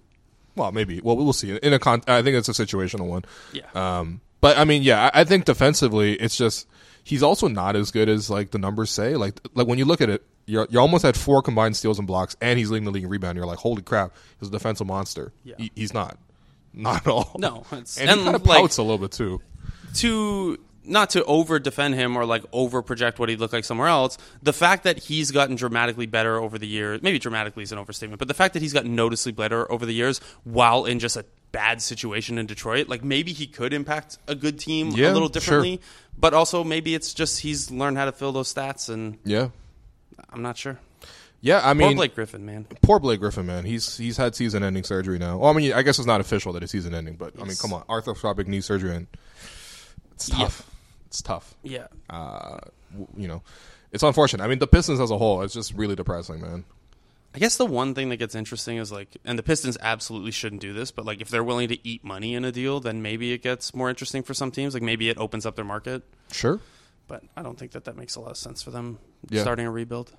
Well, maybe. Well, we'll see. In a con- I think it's a situational one. Yeah. Um, but I mean, yeah, I, I think defensively, it's just he's also not as good as like the numbers say. Like, like when you look at it, you're you're almost at four combined steals and blocks, and he's leading the league in rebound. You're like, holy crap, he's a defensive monster. Yeah. He, he's not, not at all. No, it's- and, he and, kind of like- pouts a little bit too. To not to over defend him or like over project what he'd look like somewhere else, the fact that he's gotten dramatically better over the years, maybe dramatically is an overstatement, but the fact that he's gotten noticeably better over the years while in just a bad situation in Detroit, like maybe he could impact a good team Yeah, a little sure. differently, but also maybe it's just he's learned how to fill those stats and Yeah, I'm not sure. yeah. I Poor mean, Blake Griffin, man. poor Blake Griffin, man. He's he's had season ending surgery now. Well, I mean, I guess it's not official that it's season ending, but I mean, come on, arthroscopic knee surgery, and it's Yeah. tough. It's tough. Yeah. uh, w- you know, it's unfortunate. I mean, the Pistons as a whole, it's just really depressing, man. I guess the one thing that gets interesting is like, and the Pistons absolutely shouldn't do this, but like if they're willing to eat money in a deal, then maybe it gets more interesting for some teams. Like maybe it opens up their market, Sure. but I don't think that that makes a lot of sense for them Yeah. starting a rebuild.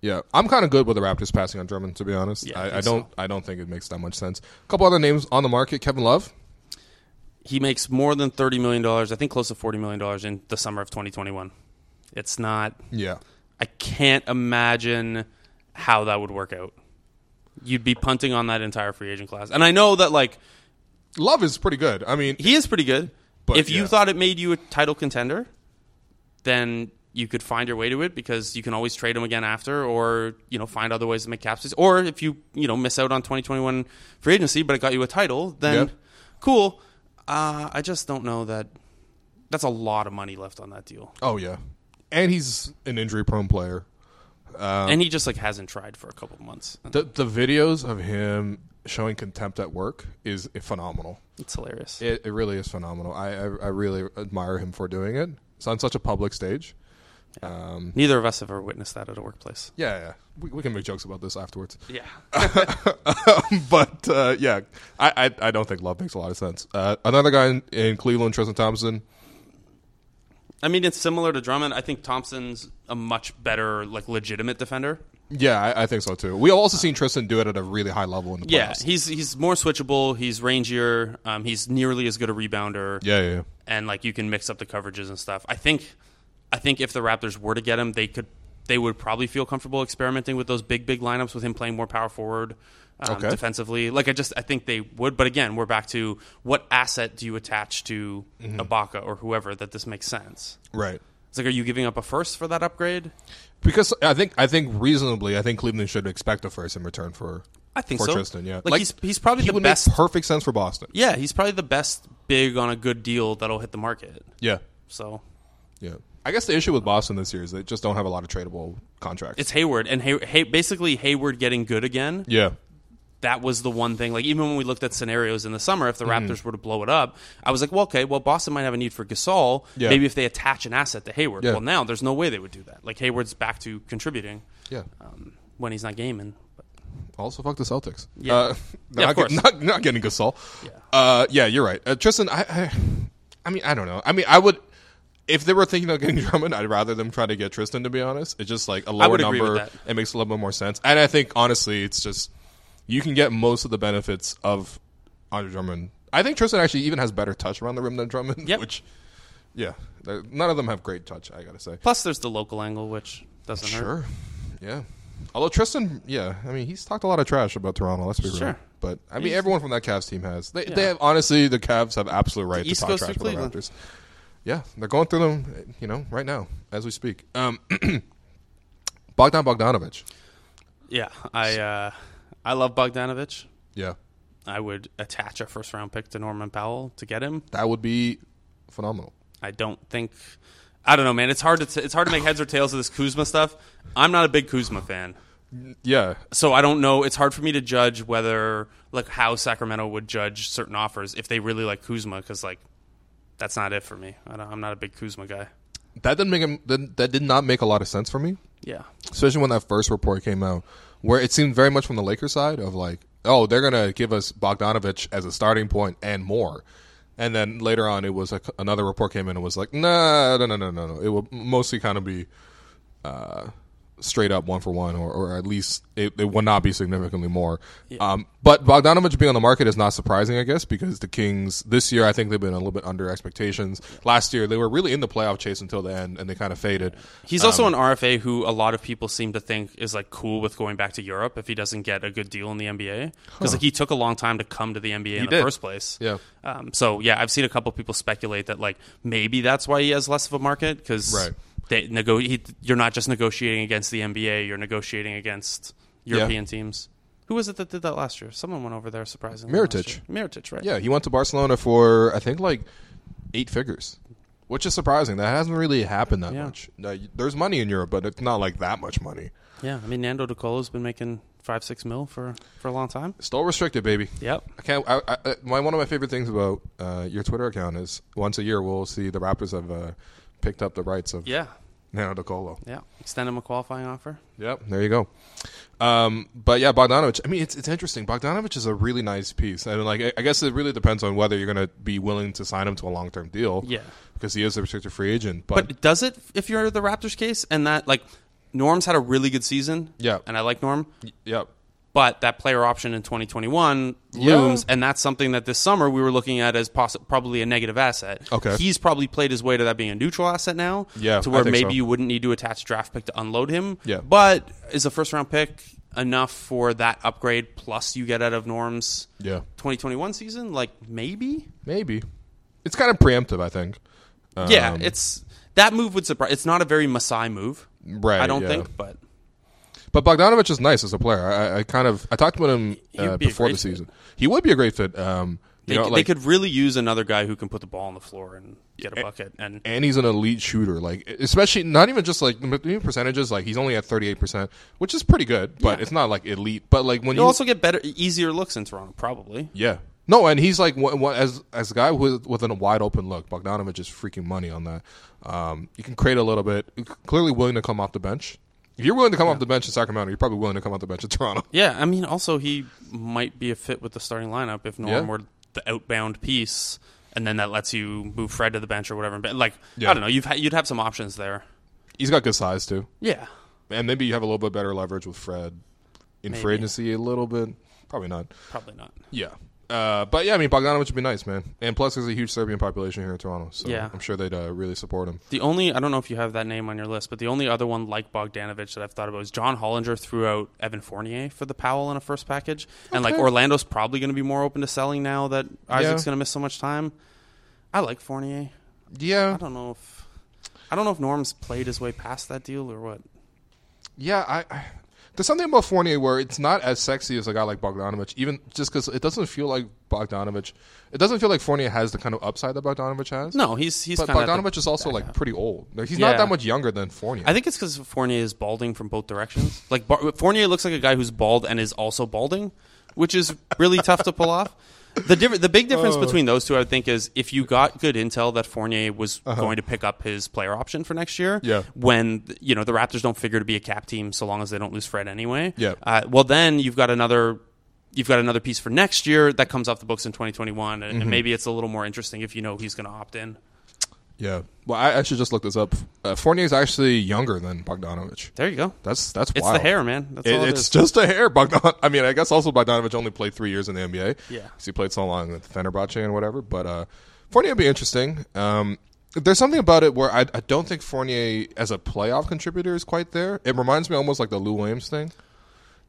Yeah, I'm kind of good with the Raptors passing on Drummond, to be honest. Yeah, I I, I, think don't. I don't think it makes that much sense. A couple other names on the market: Kevin Love. He makes more than $30 million, I think close to $40 million in the summer of 2021. It's not, Yeah, I can't imagine how that would work out. You'd be punting on that entire free agent class. And I know that like, Love is pretty good. I mean, He is pretty good. But, if you yeah. thought it made you a title contender, then you could find your way to it because you can always trade him again after, or you know find other ways to make cap space. Or if you you know miss out on 2021 free agency, but it got you a title, then Yeah. cool. Uh, I just don't know that. That's a lot of money left on that deal, oh yeah, and he's an injury-prone player. and he just like hasn't tried for a couple of months. Oh. The the videos of him showing contempt at work is phenomenal. It's hilarious. It, it really is phenomenal. I, I I really admire him for doing it. It's on such a public stage. Neither of us have ever witnessed that at a workplace. Yeah, yeah. We, we can make jokes about this afterwards. Yeah, but uh, yeah, I, I I don't think Love makes a lot of sense. Uh, another guy in, in Cleveland, Tristan Thompson. I mean it's similar to Drummond. I think Thompson's a much better like legitimate defender. Yeah, I, I think so too. We've also seen Tristan do it at a really high level in the Yeah, playoffs. he's he's more switchable. He's rangier. Um, he's nearly as good a rebounder. yeah, yeah, yeah. and like you can mix up the coverages and stuff. I think, I think if the Raptors were to get him, they could they would probably feel comfortable experimenting with those big big lineups with him playing more power forward. Um, Okay. Defensively, like I just, I think they would, but again, we're back to what asset do you attach to Ibaka or whoever that this makes sense. right. It's like, are you giving up a first for that upgrade? Because I think I think reasonably, I think Cleveland should expect a first in return for I think for so. Tristan. Yeah, Like, he's- he's probably he the would best- Make perfect sense for Boston. Yeah, he's probably the best big on a good deal that'll hit the market. Yeah, So yeah. I guess the issue with Boston this year is they just don't have a lot of tradable contracts. it's Hayward, and Hay- Hay- basically Hayward getting good again. yeah, That was the one thing. Like even when we looked at scenarios in the summer, if the Mm-hmm. Raptors were to blow it up, I was like, well, okay, well Boston might have a need for Gasol. Yeah. Maybe if they attach an asset to Hayward. Yeah. Well, now there's no way they would do that. Like Hayward's back to contributing yeah. um, when he's not gaming. But Also, fuck the Celtics. Yeah. uh, Yeah, not, get- of course. not, not getting Gasol. Yeah. uh, yeah, you're right, uh, Tristan. I, I, I mean, I don't know. I mean, I would, if they were thinking of getting Drummond, I'd rather them try to get Tristan. To be honest, it's just like a lower would agree with number. that. It makes a little bit more sense. And I think honestly, it's just you can get most of the benefits of Andre Drummond. I think Tristan actually even has better touch around the rim than Drummond. Yep. Which, yeah, they're- none of them have great touch. I gotta say. Plus, there's the local angle, which doesn't hurt. Sure. Yeah. Although Tristan, yeah, I mean, he's talked a lot of trash about Toronto. Let's be real. Sure. But I mean, everyone from that Cavs team has. They, they have honestly, the Cavs have absolute right to East talk Coast trash through about the Raptors. Cleveland. Yeah, they're going through them, you know, right now as we speak. Um, Bogdan Bogdanovich. Yeah, I uh, I love Bogdanovich. Yeah, I would attach a first round pick to Norman Powell to get him. that would be phenomenal. I don't think. I don't know, man. It's hard to t- it's hard to make heads or tails of this Kuzma stuff. I'm not a big Kuzma fan, Yeah, so I don't know. It's hard for me to judge whether like how Sacramento would judge certain offers if they really like Kuzma, because like that's not it for me. I don't, I'm not a big Kuzma guy. that didn't make him. That that did not make a lot of sense for me. Yeah, especially when that first report came out, where it seemed very much from the Lakers side of like, oh, they're gonna give us Bogdanovich as a starting point and more. And then later on, it was like another report came in and was like, nah, no, no, no, no, no. It will mostly kind of be uh, straight up one for one, or, or at least it, it would not be significantly more. Um, but Bogdanovich being on the market is not surprising, I guess, because the Kings this year I think they've been a little bit under expectations. Last year they were really in the playoff chase until the end, and they kind of faded. He's also Um, an RFA who a lot of people seem to think is like cool with going back to Europe if he doesn't get a good deal in the NBA because like he took a long time to come to the NBA in the did. first place. Yeah. Um, so yeah, I've seen a couple people speculate that like maybe that's why he has less of a market because Right. they nego- he, you're not just negotiating against the NBA, you're negotiating against European teams. Who was it that did that last year? Someone went over there surprisingly. last Mirotic. year. Mirotic, right? Yeah, he went to Barcelona for I think like eight figures, which is surprising. That hasn't really happened that Yeah. much. Now, y- There's money in Europe, but it's not like that much money. Yeah. I mean, Nando DiColo's been making five six mil for for a long time. Still restricted, baby. Yep. I can't. I, I, I- my one of my favorite things about uh, your Twitter account is once a year we'll see the Raptors have uh, picked up the rights of Yeah. Nando DiColo. Yeah. Extend him a qualifying offer. Yep, there you go. Um, but yeah, Bogdanovich. I mean, it's it's interesting. Bogdanovich is a really nice piece, and like I, I guess it really depends on whether you're going to be willing to sign him to a long term deal. Yeah. because he is a restricted free agent. But, But does it if you're the Raptors case and that like Norm's had a really good season. Yeah. And I like Norm. yep, But that player option in 2021 looms, and that's something that this summer we were looking at as possi- probably a negative asset. Okay. he's probably played his way to that being a neutral asset now. Yeah, to I where think maybe so. you wouldn't need to attach a draft pick to unload him. Yeah. but is a first round pick enough for that upgrade plus you get out of Norm's Yeah. 2021 season? Like maybe. Maybe. It's kind of preemptive, I think. Um, Yeah, it's that move would surprise. It's not a very Masai move, Right, I don't yeah. think, but but Bogdanovich is nice as a player. I, I kind of I talked about him uh, would be a before great the season. He would be a great fit. Um, you they, know, c- like, they could really use another guy who can put the ball on the floor and get a bucket. And and he's an elite shooter. Like especially not even just like the new percentages. Like he's only at thirty eight percent, which is pretty good, but it's not like elite. But like when you you'll also get better, easier looks in Toronto, probably. yeah. No, and he's like one, one, as as a guy with with a wide open look. Bogdanovich is freaking money on that. Um, you can create a little bit. Clearly willing to come off the bench. If you're willing to come off the bench in Sacramento, you're probably willing to come off the bench in Toronto. Yeah, I mean, also he might be a fit with the starting lineup if Norm Yeah. were the outbound piece, and then that lets you move Fred to the bench or whatever. But like, Yeah. I don't know, you've ha- you'd have some options there. He's got good size too, Yeah, and maybe you have a little bit better leverage with Fred in free Maybe. agency a little bit. Probably not. probably not. Yeah, uh, but yeah, I mean Bogdanovich would be nice, man. And plus, there's a huge Serbian population here in Toronto, so Yeah. I'm sure they'd uh, really support him. The only I don't know if you have that name on your list, but the only other one like Bogdanovich that I've thought about is John Hollinger threw out Evan Fournier for the Powell in a first package, and like Okay. Orlando's probably going to be more open to selling now that Isaac's Yeah. going to miss so much time. I like Fournier. I Yeah, don't know if I don't know if Norm's played his way past that deal or what. yeah. I, I there's something about Fournier where it's not as sexy as a guy like Bogdanovich, even just because it doesn't feel like Bogdanovich. It doesn't feel like Fournier has the kind of upside that Bogdanovich has. No, he's he's but kind of. Bogdanovich is also like pretty old. Like, he's Yeah. not that much younger than Fournier. I think it's because Fournier is balding from both directions. Like Bar- Fournier looks like a guy who's bald and is also balding, which is really tough to pull off. The diff- the big Oh. difference between those two, I would think, is if you got good intel that Fournier was going to pick up his player option for next year. Uh-huh. Yeah. When you know the Raptors don't figure to be a cap team so long as they don't lose Fred anyway. Yeah. Uh, well, then you've got another. You've got another piece for next Mm-hmm. year that comes off the books in 2021, and, and maybe it's a little more interesting if you know he's going to opt in. Yeah. Well, I, I should just look this up. Uh, Fournier's actually younger than Bogdanovich. There you go. That's that's It's wild. the hair, man. That's all It- it it's is. just a hair. Bogdan. I mean, I guess also Bogdanovich only played three years in the NBA. Yeah. 'Cause he played so long with Fenerbahce and whatever. But uh, Fournier would be interesting. Um, there's something about it where I, I don't think Fournier as a playoff contributor is quite there. It reminds me almost like the Lou Williams thing.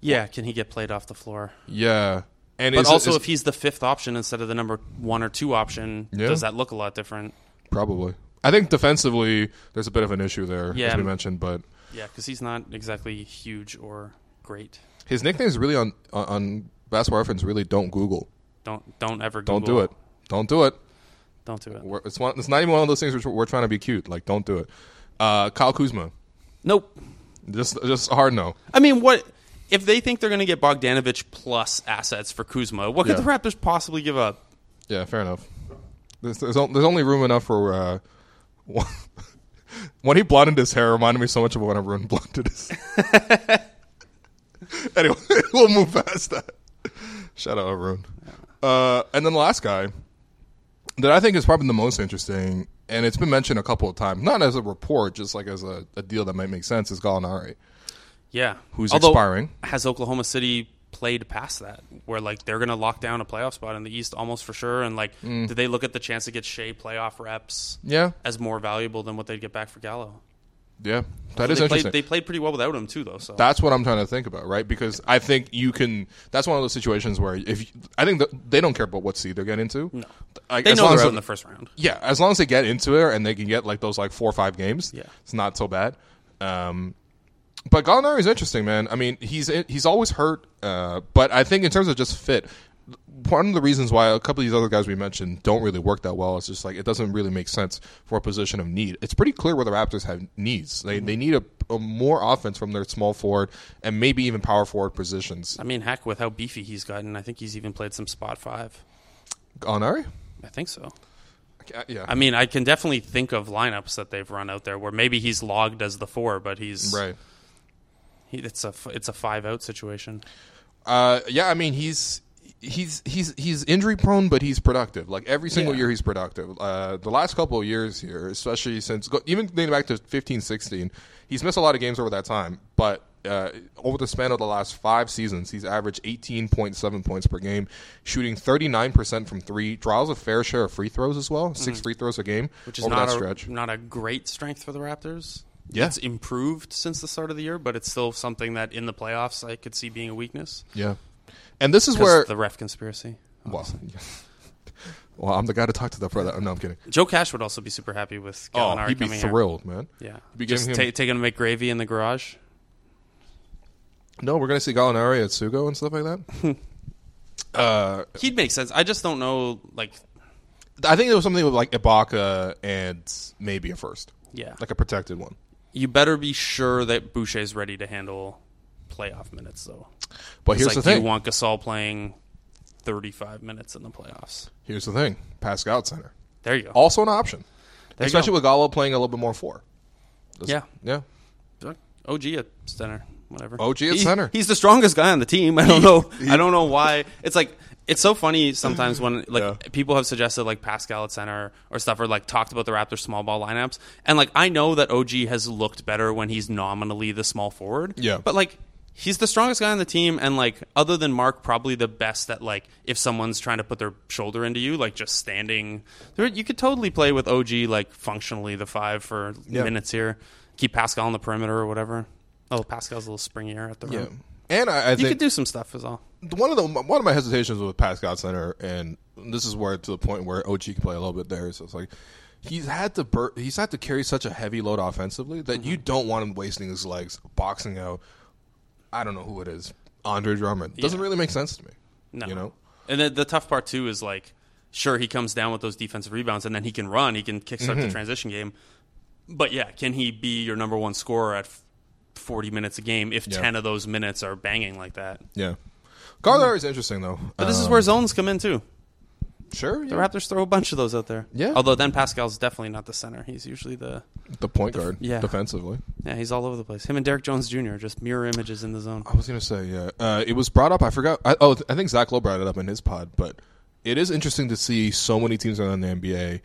yeah. Can he get played off the floor? Yeah, and But is it- also, is- if he's the fifth option instead of the number one or two option, Yeah. does that look a lot different? probably, I think defensively there's a bit of an issue there, Yeah. as we mentioned. But Yeah, because he's not exactly huge or great. his nicknames really on on, on Basketball Reference really don't Google. Don't don't ever Don't Google. do it. Don't do it. Don't do it. We're, it's one, it's not even one of those things which we're trying to be cute. Like, don't do it. Uh, Kyle Kuzma, Nope. just just a hard no. I mean, what if they think they're going to get Bogdanovich plus assets for Kuzma? What could Yeah. the Raptors possibly give up? Yeah, fair enough. There's there's, on- there's only room enough for. Uh, one- when he blonded his hair, it reminded me so much of when everyone blonded his. anyway, we'll move past that. Shout out Arun. Uh, and then the last guy that I think is probably the most interesting, and it's been mentioned a couple of times, not as a report, just like as a, a deal that might make sense, is Gallinari. Yeah, Who's Although, expiring. Has Oklahoma City played past that? Where like they're going to lock down a playoff spot in the East almost for sure? And like, Mm. did they look at the chance to get Shea playoff reps Yeah, as more valuable than what they'd get back for Gallo? yeah, that is they interesting. Played, they played pretty well without him too, though. So That's what I'm trying to think about, right? Because I think you can. That's one of those situations where if you- I think that they don't care about what seed they're getting into. No, like, they as know long they're as out they- in the first round. yeah, as long as they get into it and they can get like those like four or five games, Yeah. it's not so bad. Um, but Gallinari is interesting, man. I mean, he's he's always hurt, uh, but I think in terms of just fit, one of the reasons why a couple of these other guys we mentioned don't really work that well is just like it doesn't really make sense for a position of need. It's pretty clear where the Raptors have needs. They they need a, a more offense from their small forward and maybe even power forward positions. I mean, heck, with how beefy he's gotten, I think he's even played some spot five. Gallinari, I think so. Uh, yeah, I mean, I can definitely think of lineups that they've run out there where maybe he's logged as the four, but he's right. He, it's a f- it's a five out situation. Uh, yeah, I mean he's he's he's he's injury prone, but he's productive. Like every single Yeah. year, he's productive. Uh, the last couple of years here, especially since go, even dating back to 15, 16, he's missed a lot of games over that time. But uh, over the span of the last five seasons, he's averaged eighteen point seven points per game, shooting thirty nine percent from three, draws a fair share of free throws as well, 6 free throws a game Mm-hmm. which is over not that a, stretch. not a great strength for the Raptors. Yeah. It's improved since the start of the year, but it's still something that in the playoffs I could see being a weakness. Yeah, and this is 'Cause where the ref conspiracy. well, well, I'm the guy to talk to that for that. No, I'm kidding. Joe Cash would also be super happy with Oh, Gallinari he'd be coming here. thrilled, man. He'd Yeah, be just giving ta- him- taking to make gravy in the garage. No, we're gonna see Gallinari at Sugo and stuff like that. uh, He'd make sense. I just don't know. Like, I think it was something with like Ibaka and maybe a first, yeah, like a protected one. you better be sure that Boucher's ready to handle playoff minutes, though. But It's here's like, the do thing. you want Gasol playing thirty-five minutes in the playoffs? here's the thing. Pascal center There you go. also an option, There you especially go. with Gallo playing a little bit more four. Just- Yeah. yeah. OG at center, whatever. OG at center. He's the strongest guy on the team. I don't know. I don't know why. It's like it's so funny sometimes when like Yeah. people have suggested like Pascal at center or stuff or like talked about the Raptors small ball lineups. And like I know that OG has looked better when he's nominally the small forward. Yeah. But like he's the strongest guy on the team and like other than Mark probably the best at like if someone's trying to put their shoulder into you like just standing there you could totally play with OG like functionally the 5 for Yeah. minutes here. Keep Pascal on the perimeter or whatever. Oh, Pascal's a little springier at the rim. Yeah. And I, I You think could do some stuff as all. one of the one of my hesitations with Pascal Center, and this is where to the point where OG can play a little bit there. So it's like he's had to bur- he's had to carry such a heavy load offensively that Mm-hmm. you don't want him wasting his legs boxing out. I don't know who it is, Andre Drummond. Doesn't Yeah. really make sense to me. No. You know, And then the tough part too is like, sure he comes down with those defensive rebounds and then he can run, he can kickstart Mm-hmm. the transition game. But yeah, can he be your number one scorer at f- 40 minutes a game if Yeah. 10 of those minutes are banging like that? yeah. Gardner is interesting though. Mm-hmm. Um, But this is where zones come in too. sure The yeah. Raptors throw a bunch of those out there. Yeah. Although then Pascal's definitely not the center. He's usually the the point guard yeah. defensively. yeah. He's all over the place. Him and Derek Jones Jr. are just mirror images in the zone. I was gonna say yeah. Uh, it was brought up. I forgot. I, oh, I think Zach Lowe brought it up in his pod, but it is interesting to see so many teams around the NBA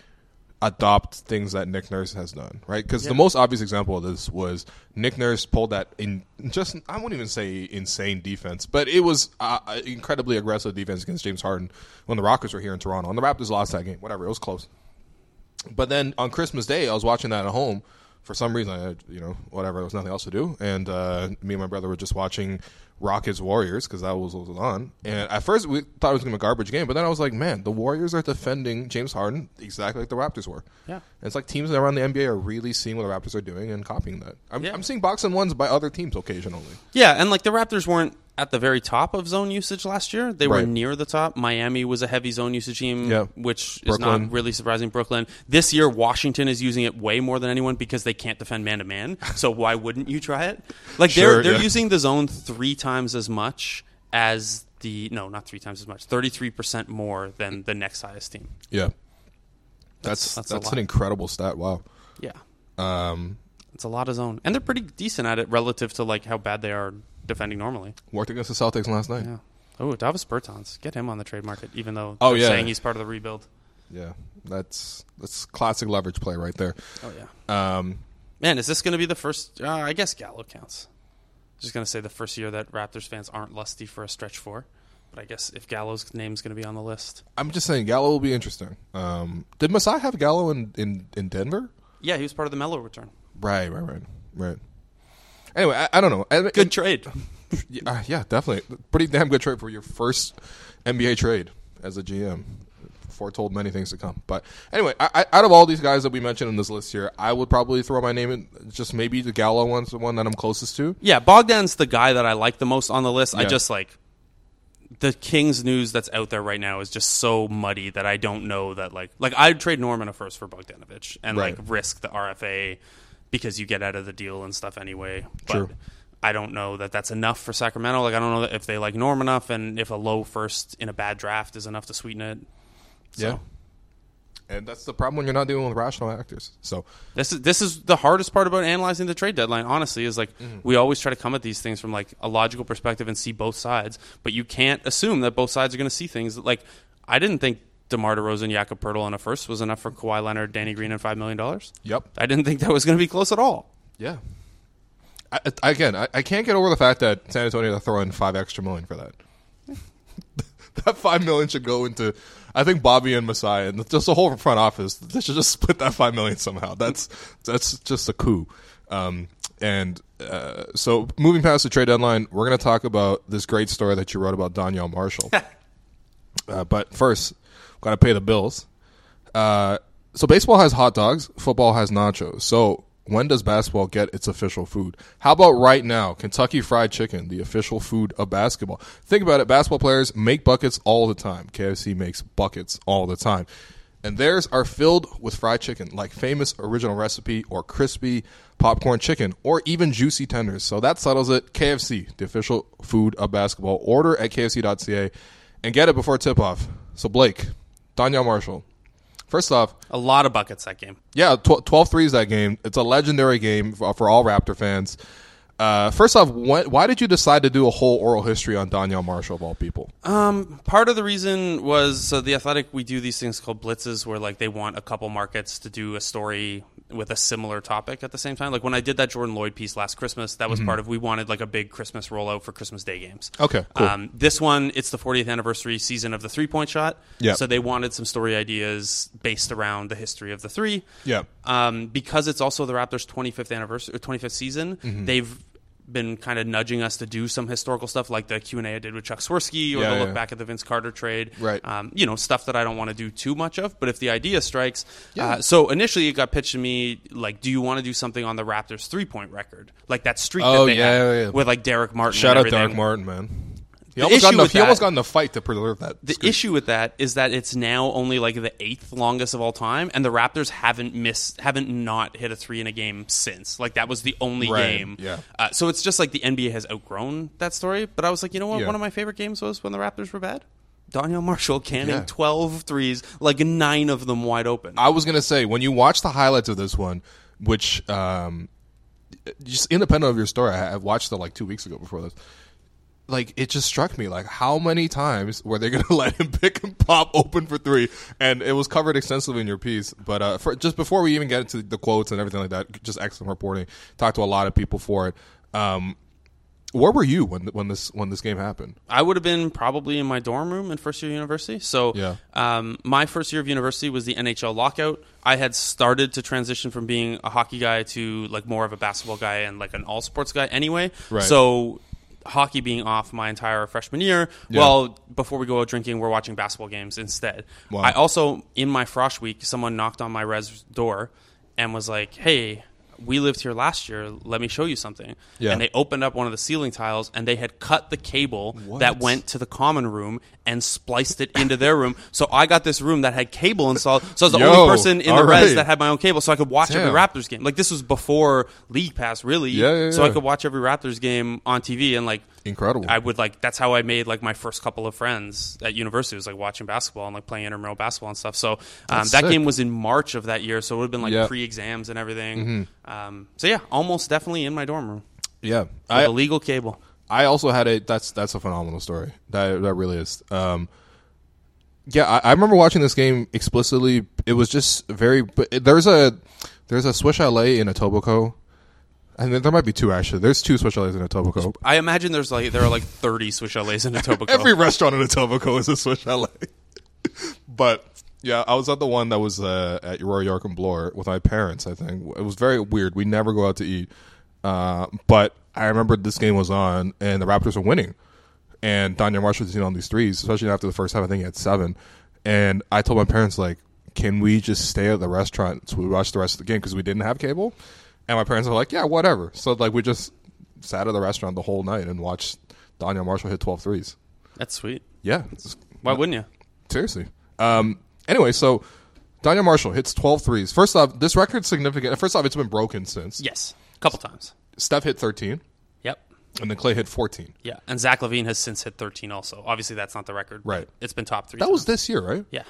adopt things that Nick Nurse has done, right? Because the most obvious example of this was Nick Nurse pulled that in just I won't even say insane defense, but it was uh, uh, incredibly aggressive defense against James Harden when the Rockets were here in Toronto, and the Raptors lost that game. Whatever, it was close. But then on Christmas Day, I was watching that at home. For some reason, I had, you know, whatever, there was nothing else to do, and uh, me and my brother were just watching Rockets Warriors because that was what was on. And at first, we thought it was going to be a garbage game, but then I was like, man, the Warriors are defending James Harden exactly like the Raptors were. Yeah. and it's like teams around the NBA are really seeing what the Raptors are doing and copying that. I'm, Yeah. I'm seeing box and ones by other teams occasionally. Yeah, and like the Raptors weren't at the very top of zone usage last year. They were Right. near the top. Miami was a heavy zone usage team, Yeah. which is Brooklyn. not really surprising. Brooklyn. This year, Washington is using it way more than anyone because they can't defend man to man. So why wouldn't you try it? Like Sure, they're they're yeah. using the zone three times as much as the no, not three times as much, thirty three percent more than the next highest team. Yeah, that's that's that's, a lot. an incredible stat. Wow. Yeah, Um, it's a lot of zone, and they're pretty decent at it relative to like how bad they are defending normally. worked against the Celtics last night. Yeah. Oh, Davis Bertans. Get him on the trade market, even though Oh, they're yeah. saying he's part of the rebuild. Yeah, that's that's classic leverage play right there. Oh, yeah. Um, Man, is this going to be the first? Uh, I guess Gallo counts. I was just going to say the first year that Raptors fans aren't lusty for a stretch four. But I guess if Gallo's name's going to be on the list. I'm just saying Gallo will be interesting. Um, did Masai have Gallo in, in, in Denver? Yeah, he was part of the Mello return. Right, right, right, right. Anyway, I, I don't know. I- Good trade. yeah, uh, yeah, definitely. Pretty damn good trade for your first NBA trade as a GM. Foretold many things to come. But anyway, I, I, out of all these guys that we mentioned in this list here, I would probably throw my name in. Just maybe the Gallo one's the one that I'm closest to. Yeah, Bogdan's the guy that I like the most on the list. I Yeah. just like the Kings news that's out there right now is just so muddy that I don't know that like like I'd trade Norman a first for Bogdanovich and Right. like risk the RFA because you get out of the deal and stuff anyway. But True. I don't know that that's enough for Sacramento. Like I don't know that if they like Norm enough and if a low first in a bad draft is enough to sweeten it. So. Yeah. And that's the problem when you're not dealing with rational actors. So, This is this is the hardest part about analyzing the trade deadline. Honestly, is like we always try to come at these things from like a logical perspective and see both sides, but you can't assume that both sides are going to see things. Like I didn't think Demar Derozan, Jakob Pertl on a first was enough for Kawhi Leonard, Danny Green, and five million dollars. yep. I didn't think that was going to be close at all. Yeah. I, I, again, I, I can't get over the fact that San Antonio had to throw in five extra million for that. that five million should go into, I think Bobby and Messiah and just the whole front office. They should just split that five million somehow. That's that's just a coup. Um, and uh, so moving past the trade deadline, we're going to talk about this great story that you wrote about Danielle Marshall. Uh, but first, got to pay the bills. Uh, so baseball has hot dogs, football has nachos. So when does basketball get its official food? How about right now, Kentucky Fried Chicken, the official food of basketball? Think about it. Basketball players make buckets all the time. KFC makes buckets all the time. And theirs are filled with fried chicken, like famous original recipe or crispy popcorn chicken, or even juicy tenders. So that settles it. KFC, the official food of basketball. Order at kfc.ca and get it before tip off. So, Blake, Danielle Marshall, First off, A lot of buckets that game. yeah, tw- 12 threes that game. It's a legendary game for, for all Raptor fans. Uh, first off, wh- why did you decide to do a whole oral history on Danielle Marshall of all people? Um, part of the reason was so the athletic we do these things called blitzes where like they want a couple markets to do a story with a similar topic at the same time. Like when I did that Jordan Lloyd piece last Christmas, that was part of we wanted like a big Christmas rollout for Christmas Day games. Mm-hmm. Okay, cool. Um, this one it's the 40th anniversary season of the three point shot. Yeah. So they wanted some story ideas based around the history of the three. Yeah. Um, because it's also the Raptors' 25th anniversary or 25th season, Mm-hmm. they've been kind of nudging us to do some historical stuff like the Q&A I did with Chuck Swirsky or Yeah, the yeah, look yeah. back at the Vince Carter trade. Right. Um, you know, stuff that I don't want to do too much of, but if the idea strikes. Uh, so initially it got pitched to me like, do you want to do something on the Raptors' three-point record? Like that streak Oh, that they yeah, had yeah, yeah. with like Derek Martin Shout and out everything. Derek Martin, man. He, The almost got, issue in a, with he almost that- got in a fight to preserve that. The issue with that is that it's now only like the eighth longest of all time, and the Raptors haven't missed, haven't not hit a three in a game since. Like that was the only Right, game. yeah. Uh, so it's just like the NBA has outgrown that story. But I was like, you know what? Yeah. One of my favorite games was when the Raptors were bad. Daniel Marshall canning Yeah. 12 threes, like nine of them wide open. I was gonna say when you watch the highlights of this one, which um, just independent of your story, I, I watched it like two weeks ago before this. like it just struck me like how many times were they going to let him pick and pop open for three and it was covered extensively in your piece but uh, for, just before we even get into the quotes and everything like that just excellent reporting talked to a lot of people for it um, where were you when when this when this game happened I would have been probably in my dorm room in first year of university. So, Yeah. um, my first year of university was the NHL lockout. I had started to transition from being a hockey guy to like more of a basketball guy and like an all sports guy anyway. Right. So, hockey being off my entire freshman year, well, before we go out drinking, we're watching basketball games instead. Wow. I also, in my frosh week, someone knocked on my res door and was like, hey, we lived here last year. Let me show you something. Yeah. And they opened up one of the ceiling tiles and they had cut the cable that went to the common room and spliced it into their room. So I got this room that had cable installed. So I was the Yo, only person in the all res right. that had my own cable, so I could watch every Damn. Raptors game. Like this was before League Pass, really. Yeah, yeah, so I yeah. could watch every Raptors game on TV and like. Incredible. I would like that's how I made like my first couple of friends at university was like watching basketball and like playing intramural basketball and stuff. So um, That's that sick. game was in March of that year, so it would have been like Yeah. Mm-hmm. pre-exams and everything. Um, so yeah, almost definitely in my dorm room yeah with I, illegal cable. I also had a that's that's a phenomenal story. That that really is. Um, yeah, I, I remember watching this game explicitly. It was just very. But it- there's a there's a Swiss chalet in Etobicoke, and there- there might be two actually. There's two Swiss chalets in Etobicoke. I imagine there's like there are like 30 Swiss chalets in Etobicoke. Every restaurant in Etobicoke is a Swiss chalet. but yeah, I was at the one that was uh, at Aurora York and Bloor with my parents. I think it was very weird. We never go out to eat, uh, but I remember this game was on and the Raptors were winning, and Daniel Marshall was hitting on these threes, especially after the first half. I think he had seven, and I told my parents like, "Can we just stay at the restaurant so we watch the rest of the game because we didn't have cable?" And my parents were like, "Yeah, whatever." So like we just sat at the restaurant the whole night and watched Daniel Marshall hit 12 threes. That's sweet. Yeah. it's- Why wouldn't you? Seriously. Um, anyway, so Daniel Marshall hits 12 threes. First off, this record's significant. First off, it's been broken since. Yes, a couple times. Steph hit 13, Yep. and then Clay hit 14. Yeah, and Zach Levine has since hit 13. Also, obviously that's not the record. but Right. It's been top three. That was times. this year, right? yeah.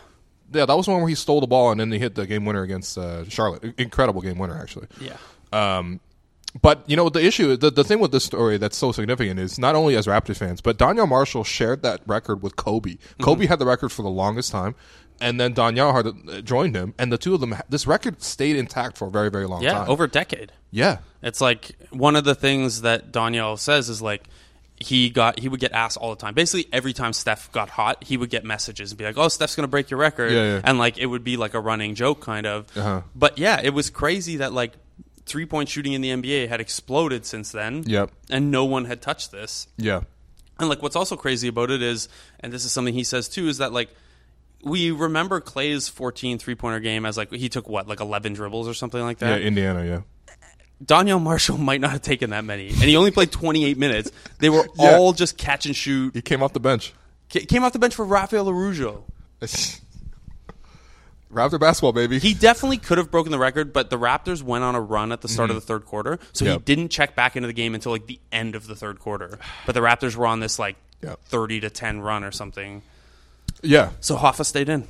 Yeah, that was the one where he stole the ball and then he hit the game winner against uh, Charlotte. I- Incredible game winner, actually. Yeah. Um, But you know the issue, the, the thing with this story that's so significant is not only as Raptors fans, but Daniel Marshall shared that record with Kobe. Mm-hmm. Kobe had the record for the longest time, and then Daniel had, uh, joined him, and the two of them. This record stayed intact for a very, very long Yeah. time. Over a decade. yeah, It's like one of the things that Daniel says is like he got he would get asked all the time. Basically, every time Steph got hot, he would get messages and be like, "Oh, Steph's gonna break your record," Yeah, yeah. and like it would be like a running joke kind of. Uh-huh. But yeah, it was crazy that like three point shooting in the NBA had exploded since then. Yep. and no one had touched this. yeah. And like what's also crazy about it is and this is something he says too is that like we remember Clay's 14 three-pointer game as like he took what like 11 dribbles or something like Yeah, that. Indiana, yeah. Daniel Marshall might not have taken that many and he only played 28 minutes. They were Yeah. all just catch and shoot. He came off the bench. Ca- Came off the bench for Rafael LaRujo. Raptor basketball, baby. He definitely could have broken the record, but the Raptors went on a run at the start of the third quarter, so he Mm-hmm. Yep. didn't check back into the game until like the end of the third quarter. But the Raptors were on this like Yep. 30 to 10 run or something. yeah, So Hoffa stayed in.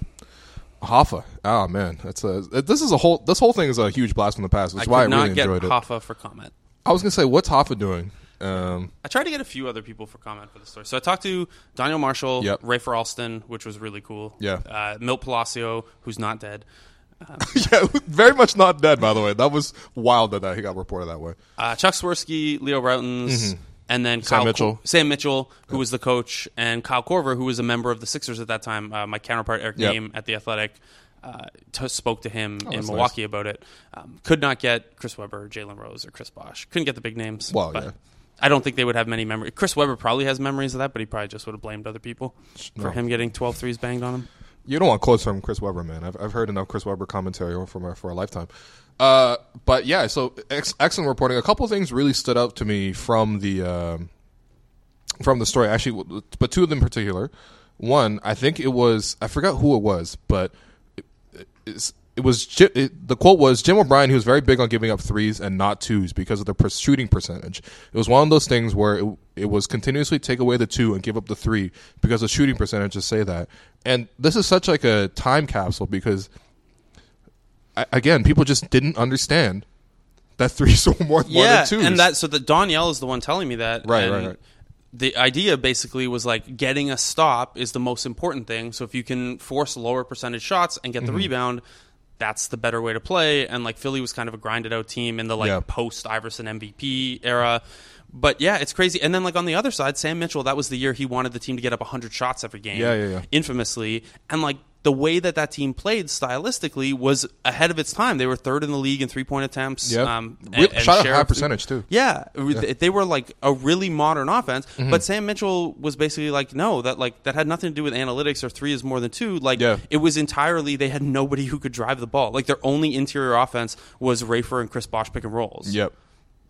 Hoffa. Oh man, that's a this is a whole this whole thing is a huge blast from the past. That's why I could not really get enjoyed it. Hoffa for comment. I was gonna say, what's Hoffa doing? Um, I tried to get a few other people for comment for the story. So I talked to Daniel Marshall, Yep. Ray Alston, which was really cool. Yeah. Uh, Milt Palacio, who's not dead. yeah, very much not dead. By the way, that was wild that, that he got reported that way. Uh, Chuck Swirsky, Leo Routens, and then Sam Kyle Mm-hmm. Mitchell. Cor- Sam Mitchell, who was the coach, and Kyle Corver, who was a member of the Sixers at that time. Uh, my counterpart, Eric Yep. Oh, Name, at The Athletic, uh, t- spoke to him in that's Milwaukee about it. Um, could not get Chris Webber, Jalen Rose, or Chris Bosch. Couldn't get the big names. Well, but yeah. I don't think they would have many memories. Chris Webber probably has memories of that, but he probably just would have blamed other people for No. him getting 12 threes banged on him. You don't want quotes from Chris Webber, man. I've, I've heard enough Chris Webber commentary from our, for a lifetime. Uh, but yeah, so ex- excellent reporting. A couple things really stood out to me from the um, from the story, actually, w- but two of them in particular. One, I think it was I forgot who it was, but it, it's- it was Ji- it, the quote was Jim O'Brien. He was very big on giving up threes and not twos because of the per- shooting percentage. It was one of those things where it, it was continuously take away the two and give up the three because the shooting percentages say that. And this is such like a time capsule because I, again, people just didn't understand that threes were more, more yeah, than twos. and that so that Danielle is the one telling me that. Right, and right, right. the idea basically was like getting a stop is the most important thing. So if you can force lower percentage shots and get Mm-hmm. the rebound, that's the better way to play. And like Philly was kind of a grinded out team in the like Yeah. post Iverson MVP era. But yeah, it's crazy. And then like on the other side, Sam Mitchell, that was the year he wanted the team to get up 100 shots every game. Yeah, yeah, yeah. Infamously, and like the way that that team played stylistically was ahead of its time. They were third in the league in three point attempts. Yeah. Um, Real- shot at share high of- percentage, too. yeah, th- they were like a really modern offense, Mm-hmm. but Sam Mitchell was basically like, no, that like that had nothing to do with analytics or three is more than two. Like Yeah. it was entirely they had nobody who could drive the ball. Like their only interior offense was Rafer and Chris Bosch pick and rolls. Yep.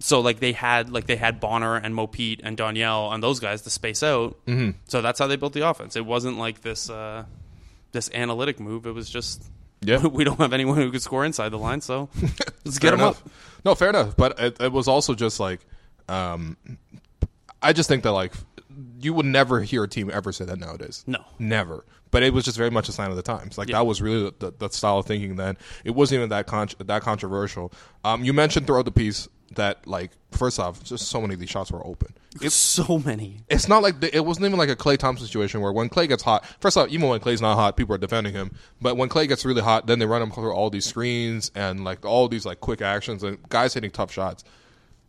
So like they had like they had Bonner and Mopete and Danielle and those guys to space out. Mm-hmm. So that's how they built the offense. It wasn't like this uh, this analytic move. It was just Yeah. we don't have anyone who could score inside the line, so let's get Fair them enough. up. No, fair enough. But it, it was also just like, um, I just think that like you would never hear a team ever say that nowadays. No. never. But it was just very much a sign of the times. Like that was really the, the, the style of thinking then. It wasn't even that con- that controversial. Um, you mentioned throughout the piece that like first off, just so many of these shots were open. so many. It's not like the, it wasn't even like a Clay Thompson situation where when Clay gets hot, first off, even when Clay's not hot, people are defending him. But when Clay gets really hot, then they run him through all these screens and like all these like quick actions and guys hitting tough shots.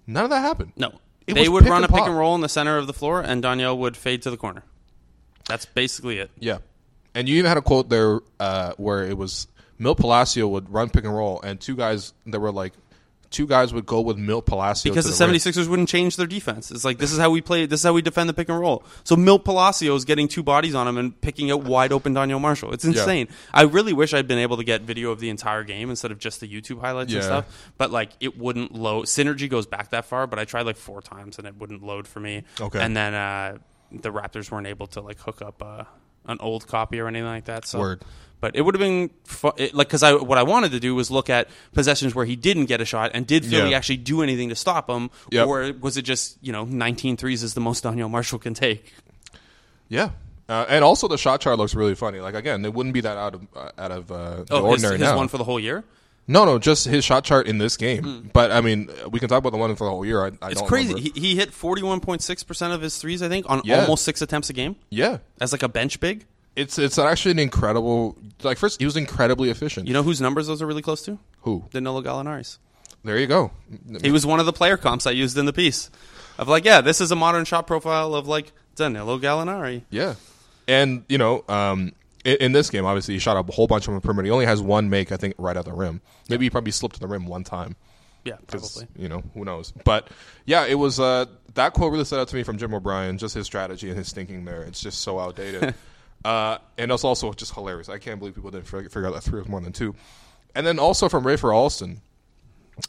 None of that happened. No. It they was would pick run and a pick pop. and roll in the center of the floor, and Danielle would fade to the corner. That's basically it. Yeah. And you even had a quote there uh, where it was Milt Palacio would run pick and roll, and two guys that were like, two guys would go with Milt Palacio Because to the the rim. 76ers wouldn't change their defense. It's like, this is how we play, this is how we defend the pick and roll. So Milt Palacio is getting two bodies on him and picking out wide open Danielle Marshall. It's insane. I really wish I'd been able to get video of the entire game instead of just the YouTube highlights and Yeah. stuff. But like, it wouldn't load. Synergy goes back that far, but I tried like four times and it wouldn't load for me. Okay. And then uh, the Raptors weren't able to like hook up uh, an old copy or anything like that. So Word. But it would have been fu- it, like because I what I wanted to do was look at possessions where he didn't get a shot and did Philly Yeah. actually do anything to stop him, Yep. or was it just you know 19 threes is the most Daniel Marshall can take? Yeah. Uh, and also the shot chart looks really funny. Like again, it wouldn't be that out of uh, out of uh, the Oh, his, ordinary his now. one for the whole year. No, no, just his shot chart in this game. But I mean, we can talk about the one for the whole year. I, I Hmm. It's don't crazy. remember. He, he hit 41.6 percent of his threes, I think, on Yeah. almost six attempts a game yeah, as like a bench big. it's it's actually an incredible. Like first, he was incredibly efficient. You know whose numbers those are really close to? Who? Danilo Gallinari's. There you go. He was one of the player comps I used in the piece. Of like, yeah, this is a modern shot profile of like Danilo Gallinari. Yeah, and you know, um, in, in this game, obviously he shot a whole bunch of them perimeter. He only has one make, I think, right at the rim. Maybe he probably slipped to the rim one time. Yeah, 'cause, probably. You know, who knows? But yeah, it was uh, that quote really stood out to me from Jim O'Brien. Just his strategy and his thinking there. It's just so outdated, uh, and it's also just hilarious. I can't believe people didn't fig- figure out that three was more than two. And then also from Rafer Alston,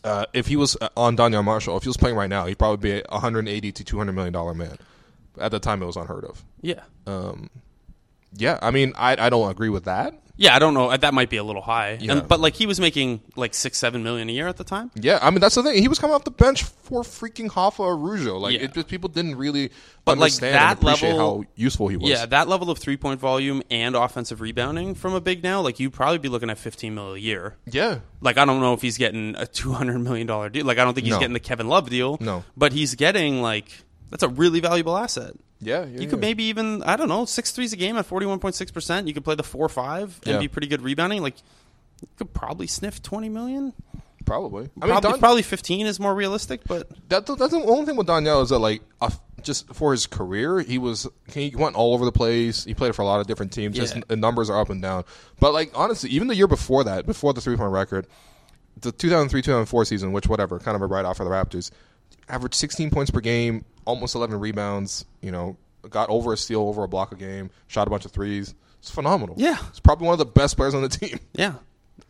uh, if he was uh, on Daniel Marshall, if he was playing right now, he'd probably be a 180 to 200 million dollar man. At the time, it was unheard of. Yeah. Yeah, I mean, I I don't agree with that. Yeah, I don't know. That might be a little high. Yeah. And, but like he was making like six, seven million a year at the time. Yeah, I mean that's the thing. He was coming off the bench for freaking Hoffa or Rougeau. Like Yeah. it just people didn't really But, like, understand that and appreciate level- how useful he was. Yeah, that level of three point volume and offensive rebounding from a big now, like you'd probably be looking at 15 mil a year. yeah, Like I don't know if he's getting a two hundred million dollar deal. Like I don't think he's No. getting the Kevin Love deal. No. but he's getting like that's a really valuable asset. yeah. yeah, You could yeah. maybe even I don't know six threes a game at forty one point six percent. You could play the four five and Yeah. be pretty good rebounding. Like you could probably sniff twenty million. probably. I mean, Probably, Don, probably fifteen is more realistic, but that, that's the only thing with Danielle is that like uh, just for his career, he was he went all over the place. He played for a lot of different teams. His Yeah. n- numbers are up and down. But like honestly, even the year before that, before the three point record, the 2003-2004 season, which whatever, kind of a write off for the Raptors, averaged 16 points per game, almost 11 rebounds. You know, got over a steal, over a block a game, shot a bunch of threes. It's phenomenal. Yeah. it's probably one of the best players on the team. yeah,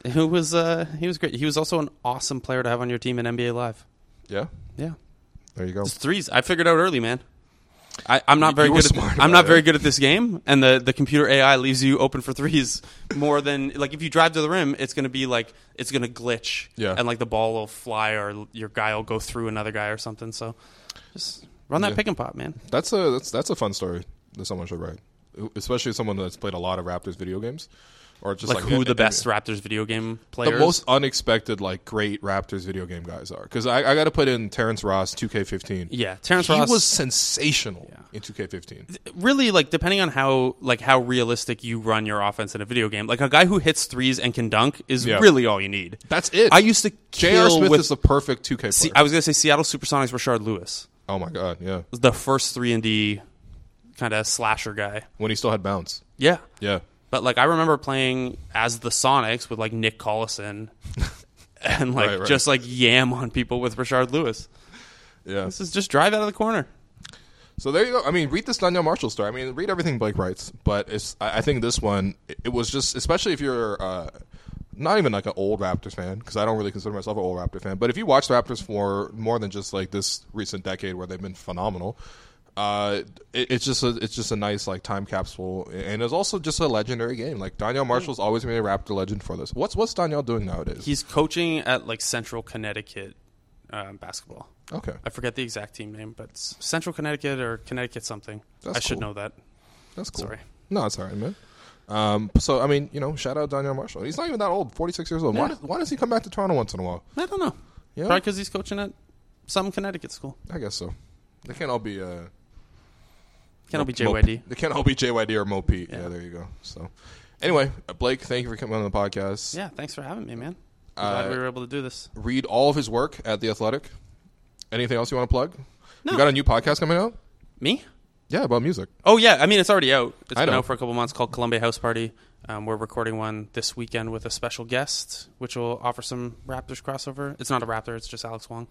he was uh, he was great. He was also an awesome player to have on your team in NBA Live. Yeah, Yeah, there you go. It's threes. I figured out early, man. I, I'm not very you were good. At, smart I'm about not it. very good at this game, and the, the computer AI leaves you open for threes more than like if you drive to the rim, it's gonna be like it's gonna glitch, Yeah. and like the ball will fly or your guy will go through another guy or something. So just run that pick and pop, man. That's a that's that's a fun story that someone should write, especially someone that's played a lot of Raptors video games. or just like, like, who a- the a- best Raptors video game the players. most unexpected like great Raptors video game guys are because I, I got to put in Terrence Ross 2K15. yeah, Terrence he Ross was sensational in 2K15. really like depending on how like how realistic you run your offense in a video game. Like a guy who hits threes and can dunk is Yeah. really all you need. That's it. I used to J.R. kill Smith with. is the perfect 2K player. I was gonna say Seattle SuperSonics Rashard Lewis, oh my god, yeah. was the first three and D kind of slasher guy. When he still had bounce. Yeah, Yeah. but like I remember playing as the Sonics with like Nick Collison. And like Right, right. just like yam on people with Rashard Lewis. Yeah. This is just drive out of the corner. So there you go. I mean, read this Danielle Marshall story. I mean, read everything Blake writes, but it's. I, I think this one, it, it was just, especially if you're uh, not even like an old Raptors fan, because I don't really consider myself an old Raptor fan. But if you watch the Raptors for more than just like this recent decade where they've been phenomenal, uh, it, it's just a, it's just a nice like time capsule, and it's also just a legendary game. Like Danielle Marshall's always been a Raptor legend for this. What's what's Danielle doing nowadays? He's coaching at like Central Connecticut um, basketball. okay, I forget the exact team name, but it's Central Connecticut or Connecticut something. That's I should cool. know that. that's cool. sorry. No, it's all right, man. Um, so I mean, you know, shout out Daniel Marshall. He's not even that old, forty six years old. Why, Yeah. does, why does he come back to Toronto once in a while? I don't know. Yeah. Probably because he's coaching at some Connecticut school. I guess so. They can't all be. Uh, Mo- Can it be Mo- JYD? They can't all be JYD or Mo Pete. Yeah. Yeah. there you go. So, anyway, uh, Blake, thank you for coming on the podcast. Yeah, thanks for having me, man. I'm Uh, glad we were able to do this. Read all of his work at the Athletic. Anything else you want to plug? No. You got a new podcast coming out? Me? Yeah, about music. Oh yeah, I mean it's already out. It's I been know. out for a couple months. Called Columbia House Party. Um, we're recording one this weekend with a special guest, which will offer some Raptors crossover. It's not a Raptor; it's just Alex Wong.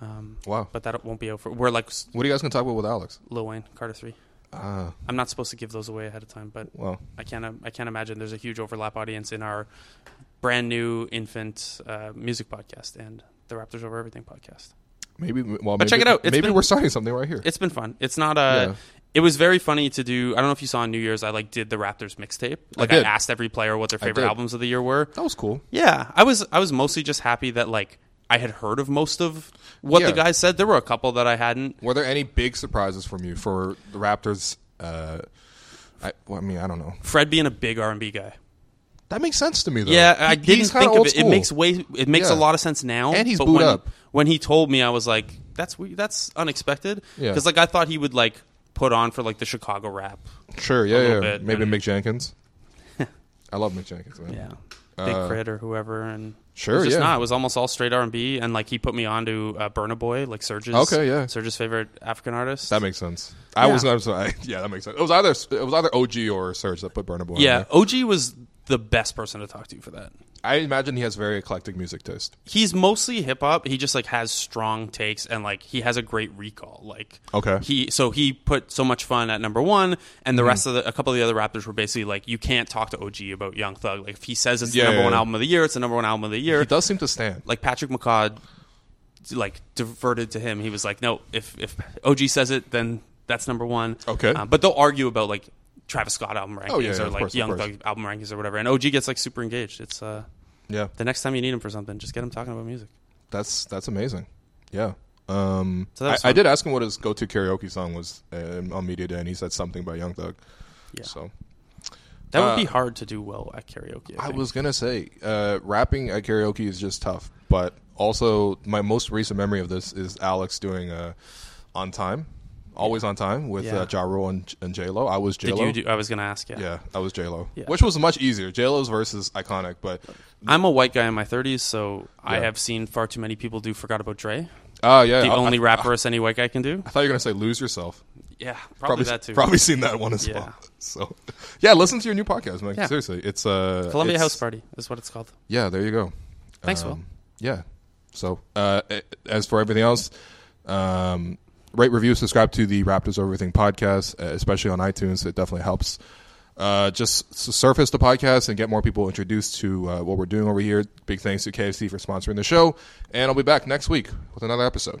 Um, Wow. but that won't be out for. We're like s- What are you guys gonna talk about with Alex? Lil Wayne, Carter Three. Ah, I'm not supposed to give those away ahead of time, but well, I can't. I can't imagine there's a huge overlap audience in our brand new infant uh, music podcast and the Raptors over everything podcast. maybe. Well, But maybe, check it out. It's Maybe been- we're starting something right here. It's been fun. It's not a. Yeah. It was very funny to do. I don't know if you saw on New Year's. I like did the Raptors mixtape. Like I, did. asked every player what their favorite did. albums of the year were. that was cool. Yeah, I was. I was mostly just happy that like I had heard of most of what Yeah. the guys said. There were a couple that I hadn't. Were there any big surprises from you for the Raptors? Uh, I, well, I mean, I don't know. Fred being a big R and B guy. That makes sense to me, though. Yeah, I He- didn't he's kinda think of old it. It school. makes way. It makes Yeah. a lot of sense now. And he's but booed when, up. When he told me, I was like, "That's we- that's unexpected." Yeah. Because like I thought he would like put on for like the Chicago rap. sure, yeah, yeah. little bit, Maybe and- Mick Jenkins. I love Mick Jenkins, man. Yeah. Uh, Big Crit or whoever, and Sure, it was just yeah. not. It was almost all straight R and B, and like he put me on to uh, Burna Boy, like Surge's. Okay, yeah. Surge's favorite African artist. That makes sense. I Yeah. was I'm sorry. Yeah, that makes sense. It was either it was either OG or Serge that put Burner Boy. on yeah, there. OG was the best person to talk to for that. I imagine he has very eclectic music taste. He's mostly hip hop. He just like has strong takes and like he has a great recall. Like Okay. Mm-hmm. he so he put so much fun at number one, and the rest of the, a couple of the other rappers were basically like, you can't talk to OG about Young Thug. Like if he says it's Yeah, the number yeah, one yeah. album of the year, it's the number one album of the year. He does seem to stand. like Patrick McCod like diverted to him. He was like, no, if if OG says it, then that's number one. Okay. Um, but they'll argue about like Travis Scott album rankings Oh, yeah, yeah, or of like course, of Young course. Thug album rankings or whatever. And OG gets like super engaged. It's uh, Yeah, the next time you need him for something, just get him talking about music. that's that's amazing. Yeah. Um, So that I, was I fun. did ask him what his go-to karaoke song was uh, on media day, and he said something by Young Thug. Yeah. So That would Uh, be hard to do well at karaoke. I, I think. was gonna say, uh, rapping at karaoke is just tough. But also, my most recent memory of this is Alex doing uh, "On Time," always on time with Yeah. uh, Ja Rule and, and J Lo. I was J Did Lo. you do? I was gonna ask. Yeah. yeah, I was J Lo, Yeah. which was much easier. J Lo's versus iconic, but I'm a white guy in my 30s, so I Yeah. have seen far too many people do "Forgot About Dre." oh yeah, The I, only I, rap verse any white guy can do. I thought you were gonna say "Lose Yourself." Yeah, probably, that too. Probably seen that one as Yeah. well. So yeah, listen to your new podcast, man. Yeah. Seriously, it's uh, Columbia it's- House Party is what it's called. Yeah, there you go. Thanks, um, Will. Yeah. So, uh, a- as for everything else, um, rate, review, subscribe to the Raptors Over Everything podcast, uh, especially on iTunes. It definitely helps. Uh, just s- surface the podcast and get more people introduced to uh, what we're doing over here. Big thanks to KFC for sponsoring the show, and I'll be back next week with another episode.